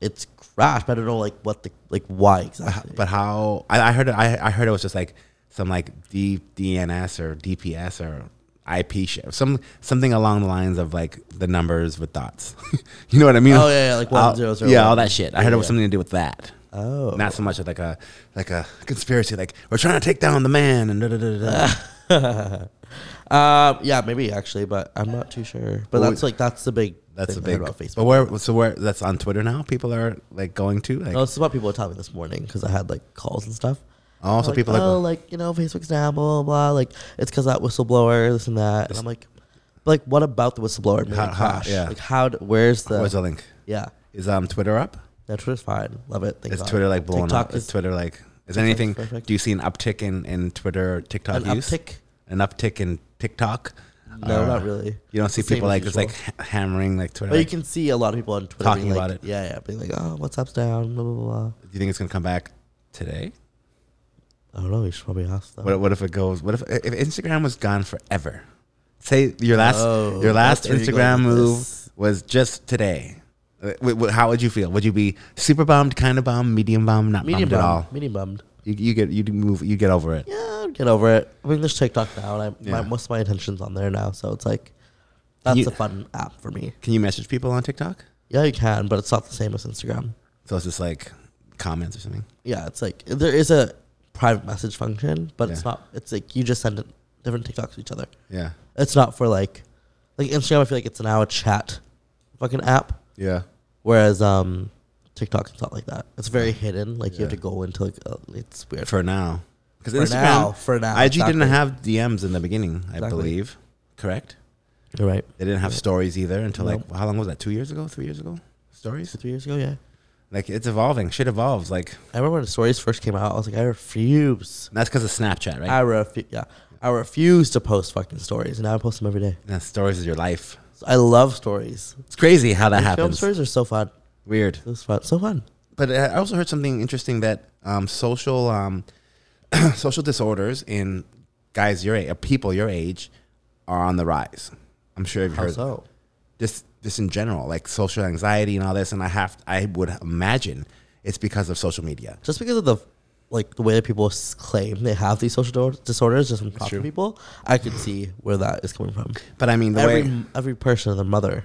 Speaker 1: it's crashed. But I don't know like what the like why exactly.
Speaker 2: but how? I, I heard. it- I, I heard it was just like some like D, DNS or DPS or IP shit. Some something along the lines of like the numbers with dots. you know what I mean?
Speaker 1: Oh, yeah, yeah, like one,
Speaker 2: All-
Speaker 1: zero, zero,
Speaker 2: Yeah, all
Speaker 1: one.
Speaker 2: that shit. I heard it was
Speaker 1: Yeah.
Speaker 2: something to do with that.
Speaker 1: Oh.
Speaker 2: Not so much of like a like a conspiracy. Like we're trying to take down the man and da da da da.
Speaker 1: Ah,
Speaker 2: da.
Speaker 1: Um, yeah, maybe actually, but I'm not too sure. But
Speaker 2: Well,
Speaker 1: that's like that's the big.
Speaker 2: That's
Speaker 1: thing
Speaker 2: a
Speaker 1: I
Speaker 2: big.
Speaker 1: heard about Facebook.
Speaker 2: But where? So where? That's on Twitter now. People are like going to like.
Speaker 1: No, this is what people were telling me this morning because I had like calls and stuff.
Speaker 2: Oh, so
Speaker 1: Like,
Speaker 2: people are-
Speaker 1: oh, like you know, Facebook's now blah blah blah. Like it's because that whistleblower, this and that. And I'm like, but, like what about the whistleblower? Made
Speaker 2: How-
Speaker 1: it
Speaker 2: how-
Speaker 1: crash?
Speaker 2: yeah.
Speaker 1: Like how? d- Where's the?
Speaker 2: Where's the link?
Speaker 1: yeah,
Speaker 2: Is um Twitter up?
Speaker 1: that Twitter's fine. Love it. Thank
Speaker 2: Is
Speaker 1: God.
Speaker 2: Twitter like blowing
Speaker 1: TikTok
Speaker 2: up? Is
Speaker 1: is
Speaker 2: Twitter like? Is there anything?
Speaker 1: perfect.
Speaker 2: Do you see an uptick in in Twitter or TikTok
Speaker 1: An
Speaker 2: use?
Speaker 1: uptick?
Speaker 2: An uptick in TikTok.
Speaker 1: No,
Speaker 2: Uh,
Speaker 1: not really.
Speaker 2: You don't
Speaker 1: It's
Speaker 2: see
Speaker 1: the same
Speaker 2: people
Speaker 1: as
Speaker 2: like just
Speaker 1: usual.
Speaker 2: like ha- hammering like Twitter.
Speaker 1: But you
Speaker 2: like,
Speaker 1: can see a lot of people on Twitter
Speaker 2: Talking
Speaker 1: being like,
Speaker 2: about it.
Speaker 1: Yeah, yeah, being like, oh, WhatsApp's down, blah blah blah.
Speaker 2: do you think it's gonna come back today?
Speaker 1: I don't know. You should probably ask them.
Speaker 2: What, what if it goes? What if, if Instagram was gone forever? Say your last
Speaker 1: Oh,
Speaker 2: your last
Speaker 1: that's where you're going
Speaker 2: Instagram
Speaker 1: with
Speaker 2: move
Speaker 1: this.
Speaker 2: was just today. Uh, wh- wh- How would you feel? Would you be super bummed, kind of bummed, medium bummed, not
Speaker 1: Medium
Speaker 2: bummed at
Speaker 1: bummed.
Speaker 2: all?
Speaker 1: Medium bummed.
Speaker 2: You, you get you move you get over it.
Speaker 1: yeah, I'd get over it. I mean, there's TikTok now, and I,
Speaker 2: Yeah.
Speaker 1: my, most of my attention's on there now, so it's like that's
Speaker 2: You-
Speaker 1: a fun app for me.
Speaker 2: Can you message people on TikTok?
Speaker 1: Yeah, you can, but it's not the same as Instagram.
Speaker 2: So it's just like comments or something.
Speaker 1: Yeah, it's like there is a private message function, but it's
Speaker 2: Yeah.
Speaker 1: not. It's like you just send it, different TikToks to each other.
Speaker 2: Yeah,
Speaker 1: It's not for like like Instagram. I feel like it's now a chat fucking app,
Speaker 2: yeah.
Speaker 1: whereas um TikTok it's not like that. It's very hidden. Like you have
Speaker 2: Yeah.
Speaker 1: to go into like uh, it's weird.
Speaker 2: For now, because
Speaker 1: For now, for now,
Speaker 2: IG
Speaker 1: exactly.
Speaker 2: didn't have DMs in the beginning. I
Speaker 1: Exactly.
Speaker 2: believe, correct?
Speaker 1: You're right.
Speaker 2: They didn't have stories either until like
Speaker 1: No.
Speaker 2: how long was that? Two years ago? Three years ago? Stories?
Speaker 1: Three years ago, yeah.
Speaker 2: Like it's evolving. Shit evolves. Like
Speaker 1: I remember when the stories first came out. I was like, I refuse.
Speaker 2: and that's because of Snapchat, right?
Speaker 1: I refu- yeah, I refuse to post fucking stories, and I post them every day.
Speaker 2: And that stories is your life.
Speaker 1: So I love stories.
Speaker 2: It's crazy how that
Speaker 1: Film
Speaker 2: happens.
Speaker 1: stories are so fun.
Speaker 2: Weird.
Speaker 1: It was fun, so fun.
Speaker 2: But uh, I also heard something interesting that um, social um, social disorders in guys your age, people your age, are on the rise. I'm sure you've
Speaker 1: How
Speaker 2: heard
Speaker 1: so?
Speaker 2: just just in general, like social anxiety and all this. And I have I would imagine it's because of social media.
Speaker 1: Just because of the like the way that people s- claim they have these social do- disorders, just from talking
Speaker 2: true.
Speaker 1: to people, I can see where that is coming from.
Speaker 2: But I mean the
Speaker 1: every
Speaker 2: way
Speaker 1: every person and their mother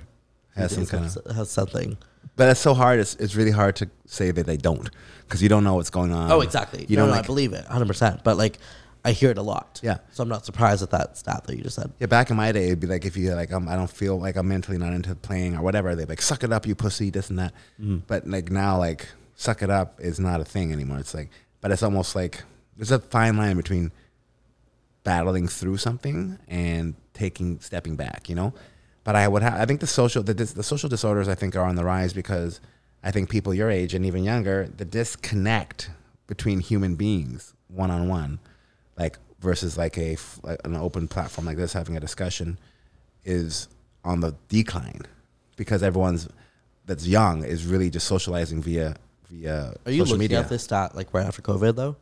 Speaker 2: Has
Speaker 1: these days
Speaker 2: some
Speaker 1: have s- has something.
Speaker 2: But it's so hard. It's, it's really hard to say that they don't because you don't know what's going on.
Speaker 1: oh, exactly.
Speaker 2: You
Speaker 1: no,
Speaker 2: don't
Speaker 1: no,
Speaker 2: like,
Speaker 1: I believe it, hundred percent. But like, I hear it a lot.
Speaker 2: Yeah.
Speaker 1: So I'm not surprised at that stat that you just said.
Speaker 2: yeah. Back in my day, it'd be like if you like, um, I don't feel like I'm mentally not into playing or whatever. They'd be like, suck it up, you pussy, this and that.
Speaker 1: Mm-hmm.
Speaker 2: But like now, like suck it up is not a thing anymore. It's like, but it's almost like there's a fine line between battling through something and taking stepping back, you know. But I would ha- I think the social the, dis- the social disorders I think are on the rise because I think people your age and even younger the disconnect between human beings one on one, like versus like a f- like an open platform like this having a discussion, is on the decline because everyone's that's young is really just socializing via via
Speaker 1: Are you
Speaker 2: social
Speaker 1: looking
Speaker 2: media.
Speaker 1: at this stat like right after COVID though?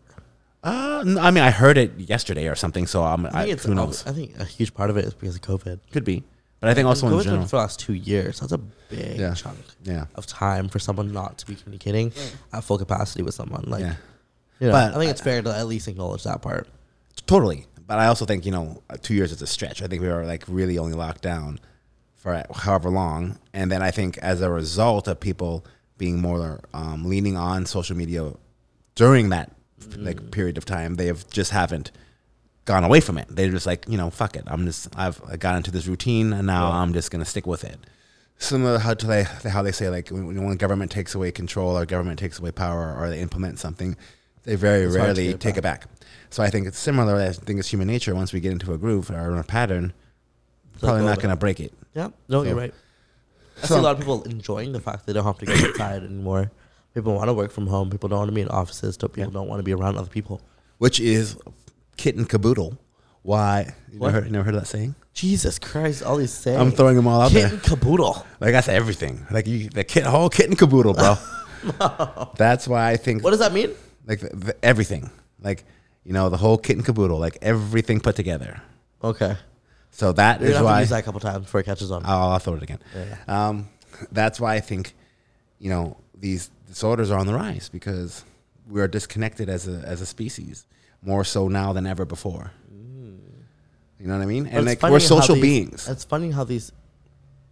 Speaker 2: Uh, n- I mean, I heard it yesterday or something, so I'm,
Speaker 1: I
Speaker 2: I,
Speaker 1: think it's
Speaker 2: who knows.
Speaker 1: I think a huge part of it is because of COVID.
Speaker 2: Could be, but I think also in
Speaker 1: COVID's been
Speaker 2: general.
Speaker 1: for the last two years. That's a big
Speaker 2: Yeah.
Speaker 1: chunk
Speaker 2: Yeah.
Speaker 1: of time for someone not to be communicating at full capacity with someone. Like,
Speaker 2: Yeah.
Speaker 1: you know,
Speaker 2: But
Speaker 1: I think it's fair to at least acknowledge that part.
Speaker 2: Totally. But I also think, you know, uh, two years is a stretch. I think we were like really only locked down for uh, however long. And then I think as a result of people being more um, leaning on social media during that
Speaker 1: Mm-hmm.
Speaker 2: like period of time, they have just haven't gone away from it. They're just like, you know, fuck it. I'm just, I've I got into this routine and now I'm just going to stick with it. Similar how to they, how they say like when, when the government takes away control or government takes away power or they implement something, they very
Speaker 1: It's hard to
Speaker 2: rarely
Speaker 1: get it
Speaker 2: take
Speaker 1: back.
Speaker 2: it back. So I think it's similar. I think it's human nature. Once we get into a groove or in a pattern, probably
Speaker 1: go
Speaker 2: not
Speaker 1: back.
Speaker 2: going to break it.
Speaker 1: Yeah. No, you're
Speaker 2: So-
Speaker 1: right. I see
Speaker 2: So-
Speaker 1: a lot of people enjoying the fact they don't have to go outside anymore. People want to work from home. People don't want to be in offices. Don't, people don't want to be around other people.
Speaker 2: Which is kit and caboodle. Why? You
Speaker 1: What?
Speaker 2: never, heard- never heard that saying?
Speaker 1: Jesus Christ, all these sayings.
Speaker 2: I'm throwing them all out
Speaker 1: Kit
Speaker 2: there.
Speaker 1: and caboodle.
Speaker 2: Like that's everything. Like you, the kit, whole kit and caboodle, bro. That's why I think
Speaker 1: What does that mean?
Speaker 2: like the, the, everything, like you know, the whole kit and caboodle, like everything put together.
Speaker 1: Okay.
Speaker 2: So that
Speaker 1: You're
Speaker 2: is
Speaker 1: gonna have to
Speaker 2: why
Speaker 1: use that a couple times before it catches on.
Speaker 2: I'll, I'll throw it again. Um, that's why I think, you know, these disorders are on the rise because we are disconnected as a as a species more so now than ever before. You know what I mean? And
Speaker 1: Mm. It's
Speaker 2: like
Speaker 1: funny
Speaker 2: we're
Speaker 1: how
Speaker 2: social
Speaker 1: these-
Speaker 2: beings.
Speaker 1: It's funny how these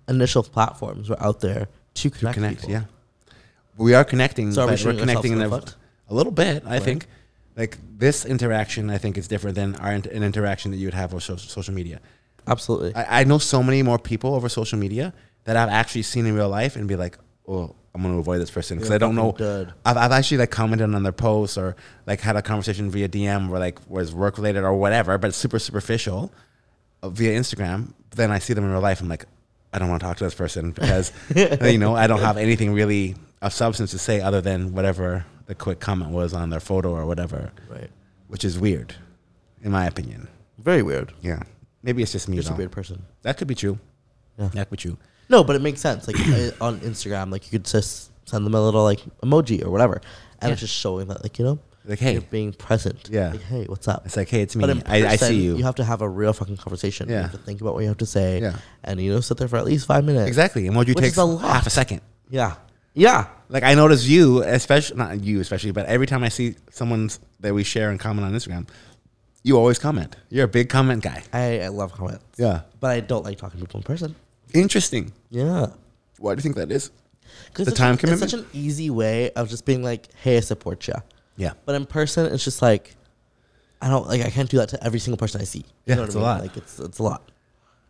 Speaker 1: initial platforms were out there to connect.
Speaker 2: connect.
Speaker 1: people.
Speaker 2: Yeah, we are connecting.
Speaker 1: So are we
Speaker 2: but we are
Speaker 1: shooting ourselves
Speaker 2: connecting in
Speaker 1: in
Speaker 2: a,
Speaker 1: the foot?
Speaker 2: a little bit. I think like this interaction, I think, is different than our int- an interaction that you would have with social, social media.
Speaker 1: absolutely.
Speaker 2: I, I know so many more people over social media that I've actually seen in real life and be like, oh, I'm gonna avoid this person because
Speaker 1: Yeah,
Speaker 2: I don't know.
Speaker 1: fucking dead.
Speaker 2: I've, I've actually like commented on their posts or like had a conversation via DM where like was work related or whatever, but it's super superficial uh, via Instagram. Then I see them in real life. I'm like, I don't want to talk to this person because you know I don't have anything really of substance to say other than whatever the quick comment was on their photo or whatever,
Speaker 1: right.
Speaker 2: which is weird, in my opinion.
Speaker 1: Very weird.
Speaker 2: Yeah, maybe it's just me.
Speaker 1: You're just a
Speaker 2: though.
Speaker 1: weird person.
Speaker 2: That could be true.
Speaker 1: Yeah.
Speaker 2: That could be true.
Speaker 1: No, but it makes sense. Like I- on Instagram, like you could just send them a little like emoji or whatever, and it's just showing that like you know,
Speaker 2: Like, hey.
Speaker 1: you're being present.
Speaker 2: Yeah.
Speaker 1: Like, hey, what's up?
Speaker 2: It's like, hey, it's me.
Speaker 1: But in
Speaker 2: I, I
Speaker 1: person,
Speaker 2: see you.
Speaker 1: You have to have a real fucking conversation. You
Speaker 2: Yeah.
Speaker 1: have to think about what you have to say.
Speaker 2: Yeah.
Speaker 1: And you know, sit there for at least five minutes.
Speaker 2: exactly. Emoji
Speaker 1: Which
Speaker 2: takes
Speaker 1: is a lot.
Speaker 2: half a second.
Speaker 1: Yeah. Yeah.
Speaker 2: Like I notice you, especially not you especially, but every time I see someone's that we share and comment on Instagram, you always comment. You're a big comment guy.
Speaker 1: I, I love comments.
Speaker 2: Yeah.
Speaker 1: But I don't like talking to people in person.
Speaker 2: Interesting.
Speaker 1: Yeah.
Speaker 2: Why do you think that is?
Speaker 1: Because
Speaker 2: The time
Speaker 1: It's such an easy way of just being like, "Hey, I support you."
Speaker 2: Yeah.
Speaker 1: But in person, it's just like, I don't like. I can't do that to every single person I see. You
Speaker 2: Yeah,
Speaker 1: what
Speaker 2: it's
Speaker 1: I
Speaker 2: a lot.
Speaker 1: Like it's it's a lot.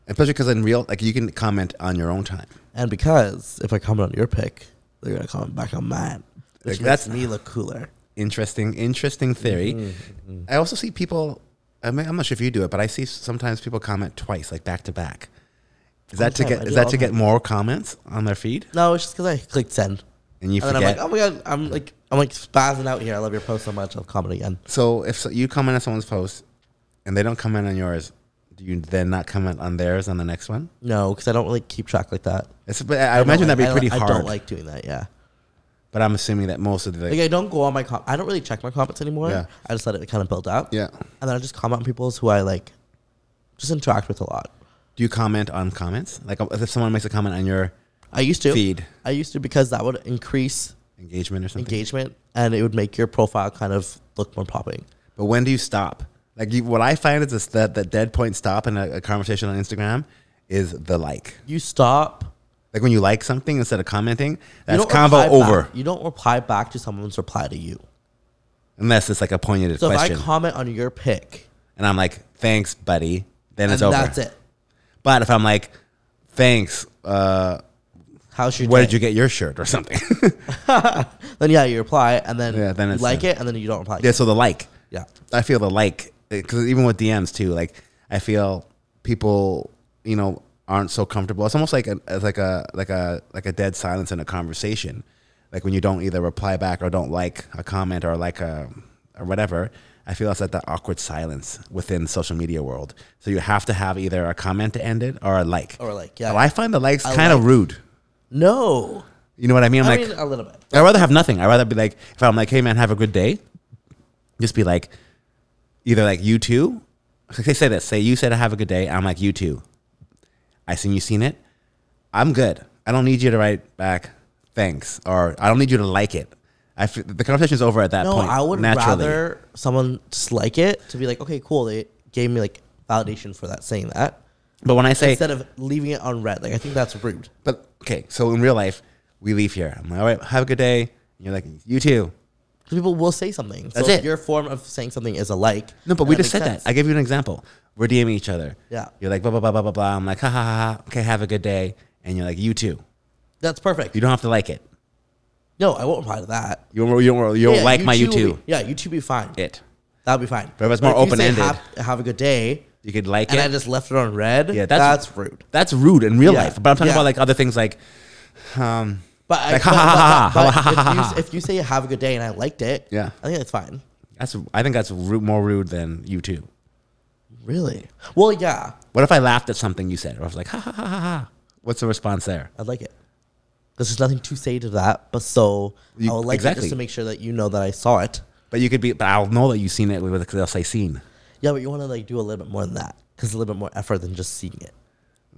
Speaker 2: Especially because in real, like you can comment on your own time.
Speaker 1: And because if I comment on your pick, they're gonna comment back on mine, which
Speaker 2: Like,
Speaker 1: makes
Speaker 2: that's-
Speaker 1: me look cooler.
Speaker 2: Interesting, interesting theory.
Speaker 1: Mm-hmm,
Speaker 2: I also see people. I mean, I'm not sure if you do it, but I see sometimes people comment twice, like back to back. Is
Speaker 1: All
Speaker 2: that
Speaker 1: the
Speaker 2: to
Speaker 1: time. I
Speaker 2: get?
Speaker 1: do
Speaker 2: Is
Speaker 1: it all
Speaker 2: that
Speaker 1: the
Speaker 2: to get more comments on their feed?
Speaker 1: No, it's just because I clicked send,
Speaker 2: And you
Speaker 1: and then I'm
Speaker 2: forget.
Speaker 1: like, "Oh my god, I'm like, I'm like spazzing out here. I love your post so much. I'll comment again."
Speaker 2: So if so, you comment on someone's post and they don't comment on yours, do you then not comment on theirs on the next one?
Speaker 1: No, because I don't really keep track like that.
Speaker 2: It's, but I, imagine
Speaker 1: don't
Speaker 2: that'd be
Speaker 1: like- I-
Speaker 2: pretty hard.
Speaker 1: I don't like doing that. Yeah.
Speaker 2: but I'm assuming that most of the
Speaker 1: Like I don't go on my com- I don't really check my comments anymore.
Speaker 2: Yeah.
Speaker 1: I just let it kind of build up.
Speaker 2: yeah.
Speaker 1: and then I just comment on people's who I like, just interact with a lot.
Speaker 2: Do you comment on comments? Like if someone makes a comment on your
Speaker 1: I used to
Speaker 2: feed
Speaker 1: I used to because that would increase
Speaker 2: engagement or something.
Speaker 1: engagement and it would make your profile kind of look more popping.
Speaker 2: But when do you stop? Like you, what I find is this, that the dead point stop in a, a conversation on Instagram is the like.
Speaker 1: You stop.
Speaker 2: Like when you like something instead of commenting,
Speaker 1: you
Speaker 2: that's
Speaker 1: don't reply
Speaker 2: convo
Speaker 1: back.
Speaker 2: over.
Speaker 1: You don't reply back to someone's reply to you.
Speaker 2: Unless it's like a pointed
Speaker 1: So
Speaker 2: question,
Speaker 1: if I comment on your pick,
Speaker 2: and I'm like, "Thanks, buddy," then
Speaker 1: and
Speaker 2: it's over.
Speaker 1: that's it.
Speaker 2: But if I'm like, thanks, uh,
Speaker 1: How's your
Speaker 2: where
Speaker 1: day?
Speaker 2: did you get your shirt or something?
Speaker 1: Then yeah, you reply and then,
Speaker 2: Yeah, then
Speaker 1: you
Speaker 2: it's
Speaker 1: like
Speaker 2: done.
Speaker 1: it and then you don't reply.
Speaker 2: yeah, so the like.
Speaker 1: Yeah.
Speaker 2: I feel the like, because even with DMs too, like, I feel people, you know, aren't so comfortable. It's almost like a, it's like a, like a, like a dead silence in a conversation. Like when you don't either reply back or don't like a comment or like a, or whatever. I feel it's like that awkward silence within social media world. So you have to have either a comment to end it or a like.
Speaker 1: Or a like, yeah.
Speaker 2: And I find the likes
Speaker 1: I
Speaker 2: kind of
Speaker 1: like.
Speaker 2: rude.
Speaker 1: No.
Speaker 2: You know what I mean? I'm
Speaker 1: I
Speaker 2: like,
Speaker 1: mean a little bit.
Speaker 2: I'd rather have nothing. I'd rather be like, if I'm like, hey man, have a good day, just be like, either like you too. Like they say this, say you said have a good day. I'm like you too. I seen you seen it. I'm good. I don't need you to write back thanks, or I don't need you to like it. I f- the conversation's over at that
Speaker 1: No,
Speaker 2: point.
Speaker 1: I would
Speaker 2: naturally.
Speaker 1: rather someone just like it to be like, okay, cool. They gave me like validation for that saying that
Speaker 2: But when I say,
Speaker 1: instead of leaving it on red. Like I think that's rude.
Speaker 2: but okay, so in real life, we leave here. I'm like, all right, have a good day. And you're like, you too.
Speaker 1: Because people will say something.
Speaker 2: That's
Speaker 1: so if
Speaker 2: it.
Speaker 1: your form of saying something is a like.
Speaker 2: No, but we
Speaker 1: then
Speaker 2: just
Speaker 1: it
Speaker 2: said
Speaker 1: makes
Speaker 2: that. I
Speaker 1: sense.
Speaker 2: gave you an example. We're DMing each other.
Speaker 1: Yeah.
Speaker 2: You're like, blah, blah, blah, blah, blah, blah. I'm like, ha, ha, ha, ha. Okay, have a good day. And you're like, you too.
Speaker 1: That's perfect.
Speaker 2: You don't have to like it.
Speaker 1: No, I won't reply to that.
Speaker 2: You don't, you don't, you don't
Speaker 1: Yeah,
Speaker 2: like my you
Speaker 1: two will be-
Speaker 2: too.
Speaker 1: Yeah, you two be fine.
Speaker 2: It.
Speaker 1: That'll be fine.
Speaker 2: But if it's more
Speaker 1: you say
Speaker 2: open-ended-
Speaker 1: Have, have a good day.
Speaker 2: You could like
Speaker 1: And
Speaker 2: it.
Speaker 1: I just left it on red.
Speaker 2: Yeah,
Speaker 1: Yeah,
Speaker 2: that's-
Speaker 1: that's, rude.
Speaker 2: That's rude in real
Speaker 1: Yeah,
Speaker 2: life. But I'm talking
Speaker 1: yeah.
Speaker 2: about like other things like,
Speaker 1: But, I,
Speaker 2: Like,
Speaker 1: but,
Speaker 2: ha, ha, ha,
Speaker 1: but-
Speaker 2: ha,
Speaker 1: but
Speaker 2: ha, ha, ha,
Speaker 1: if, you, if you say have a good day and I liked it,
Speaker 2: Yeah.
Speaker 1: I think that's fine.
Speaker 2: that's, I think that's ru- more rude than you too.
Speaker 1: Really? Well, yeah,
Speaker 2: What if I laughed at something you said? Or I was like, ha, ha, ha, ha, ha. What's the response there?
Speaker 1: I'd like it. because there's nothing to say to that. But so
Speaker 2: You-
Speaker 1: I would like it
Speaker 2: exactly.
Speaker 1: just to make sure that you know that I saw it.
Speaker 2: But you could be, but I'll know that you've seen it because else I seen.
Speaker 1: Yeah, but you want to like do a little bit more than that because a little bit more effort than just seeing it.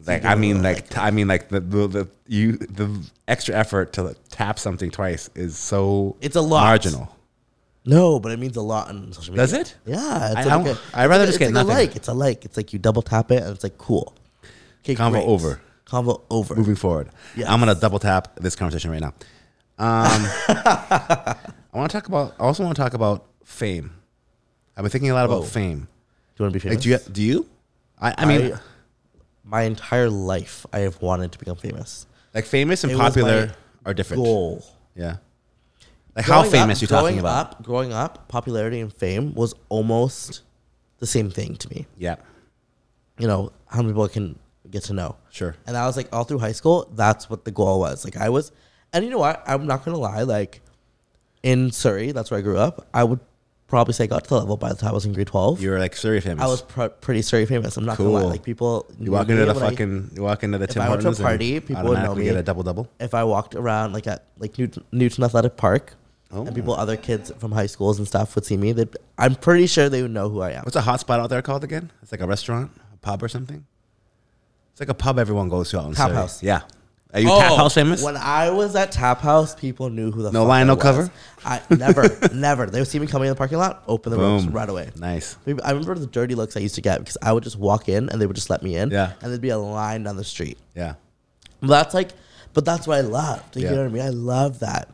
Speaker 2: Like I mean, like t- I mean, like the, the the you the extra effort to tap something twice is so
Speaker 1: It's a lot.
Speaker 2: marginal.
Speaker 1: No, but it means a lot on social media.
Speaker 2: Does it?
Speaker 1: Yeah.
Speaker 2: I-
Speaker 1: It's
Speaker 2: I
Speaker 1: like
Speaker 2: don't-
Speaker 1: a-
Speaker 2: I'd rather
Speaker 1: it's
Speaker 2: just get
Speaker 1: like
Speaker 2: nothing.
Speaker 1: A like. It's a like. It's like you double tap it and it's like cool. Okay,
Speaker 2: Convo
Speaker 1: great.
Speaker 2: over.
Speaker 1: Convo over.
Speaker 2: Moving forward,
Speaker 1: Yes.
Speaker 2: I'm gonna double tap this conversation right now. Um, I want to talk about. I also want to talk about fame. I've been thinking a lot about
Speaker 1: Whoa.
Speaker 2: fame.
Speaker 1: Do you want to be famous?
Speaker 2: Like, do you? Do you? I, I mean,
Speaker 1: I- my entire life, I have wanted to become famous.
Speaker 2: like famous and
Speaker 1: it was
Speaker 2: popular
Speaker 1: my
Speaker 2: are different.
Speaker 1: Goal.
Speaker 2: Yeah. Like how
Speaker 1: Growing up-
Speaker 2: famous you talking
Speaker 1: growing
Speaker 2: about?
Speaker 1: Up, growing up, popularity and fame was almost the same thing to me.
Speaker 2: Yeah.
Speaker 1: You know, how many people I can get to know?
Speaker 2: Sure.
Speaker 1: And I was like, all through high school, that's what the goal was. Like, I was, and you know what? I'm not gonna lie. Like, in Surrey, that's where I grew up. I would probably say I got to the level by the time I was in grade twelve.
Speaker 2: You're like Surrey famous.
Speaker 1: I was pr- pretty Surrey famous. I'm not gonna
Speaker 2: Cool.
Speaker 1: lie. Like, people,
Speaker 2: You
Speaker 1: knew
Speaker 2: walk into
Speaker 1: me
Speaker 2: the
Speaker 1: when I-
Speaker 2: fucking, you walk into the Tim
Speaker 1: I went
Speaker 2: Hortons
Speaker 1: to a
Speaker 2: and
Speaker 1: party, people would know
Speaker 2: automatically
Speaker 1: me.
Speaker 2: get a double double.
Speaker 1: if I walked around like at like Newton, Newton Athletic Park,
Speaker 2: Oh.
Speaker 1: and people, other kids from high schools and stuff would see me, they I'm pretty sure they would know who I am.
Speaker 2: What's a hot spot out there called again? It's like a restaurant, a pub or something. It's like a pub everyone goes to out in
Speaker 1: Tap
Speaker 2: Surrey.
Speaker 1: House.
Speaker 2: Yeah.
Speaker 1: Oh.
Speaker 2: Are you tap house famous?
Speaker 1: When I was at Tap House, people knew who the
Speaker 2: No
Speaker 1: fuck
Speaker 2: line,
Speaker 1: I
Speaker 2: no
Speaker 1: was.
Speaker 2: cover?
Speaker 1: I never, never. They would see me coming in the parking lot, open the ropes
Speaker 2: Boom.
Speaker 1: right away.
Speaker 2: Nice.
Speaker 1: Maybe- I remember the dirty looks I used to get because I would just walk in and they would just let me in.
Speaker 2: Yeah.
Speaker 1: And there'd be a line down the street.
Speaker 2: Yeah.
Speaker 1: But that's like, but that's what I loved. Like,
Speaker 2: Yeah.
Speaker 1: You know what I mean? I love that.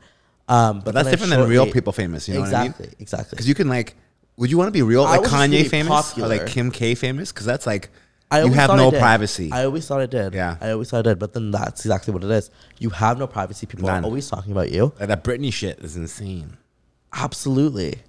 Speaker 1: Um, but,
Speaker 2: But that's
Speaker 1: then I
Speaker 2: different than real
Speaker 1: shortly-
Speaker 2: people famous. You know what I mean?
Speaker 1: exactly, exactly.
Speaker 2: Because you can like, would you want to be real
Speaker 1: I
Speaker 2: like
Speaker 1: was just
Speaker 2: Kanye
Speaker 1: really
Speaker 2: famous
Speaker 1: popular.
Speaker 2: or like Kim K famous? Because that's like,
Speaker 1: I
Speaker 2: you
Speaker 1: always
Speaker 2: have
Speaker 1: thought I
Speaker 2: no
Speaker 1: did.
Speaker 2: privacy.
Speaker 1: I always thought I did.
Speaker 2: Yeah.
Speaker 1: I always thought I did, but then that's exactly what it is. You have no privacy. People
Speaker 2: None.
Speaker 1: are always talking about you.
Speaker 2: like that Britney shit is insane.
Speaker 1: Absolutely.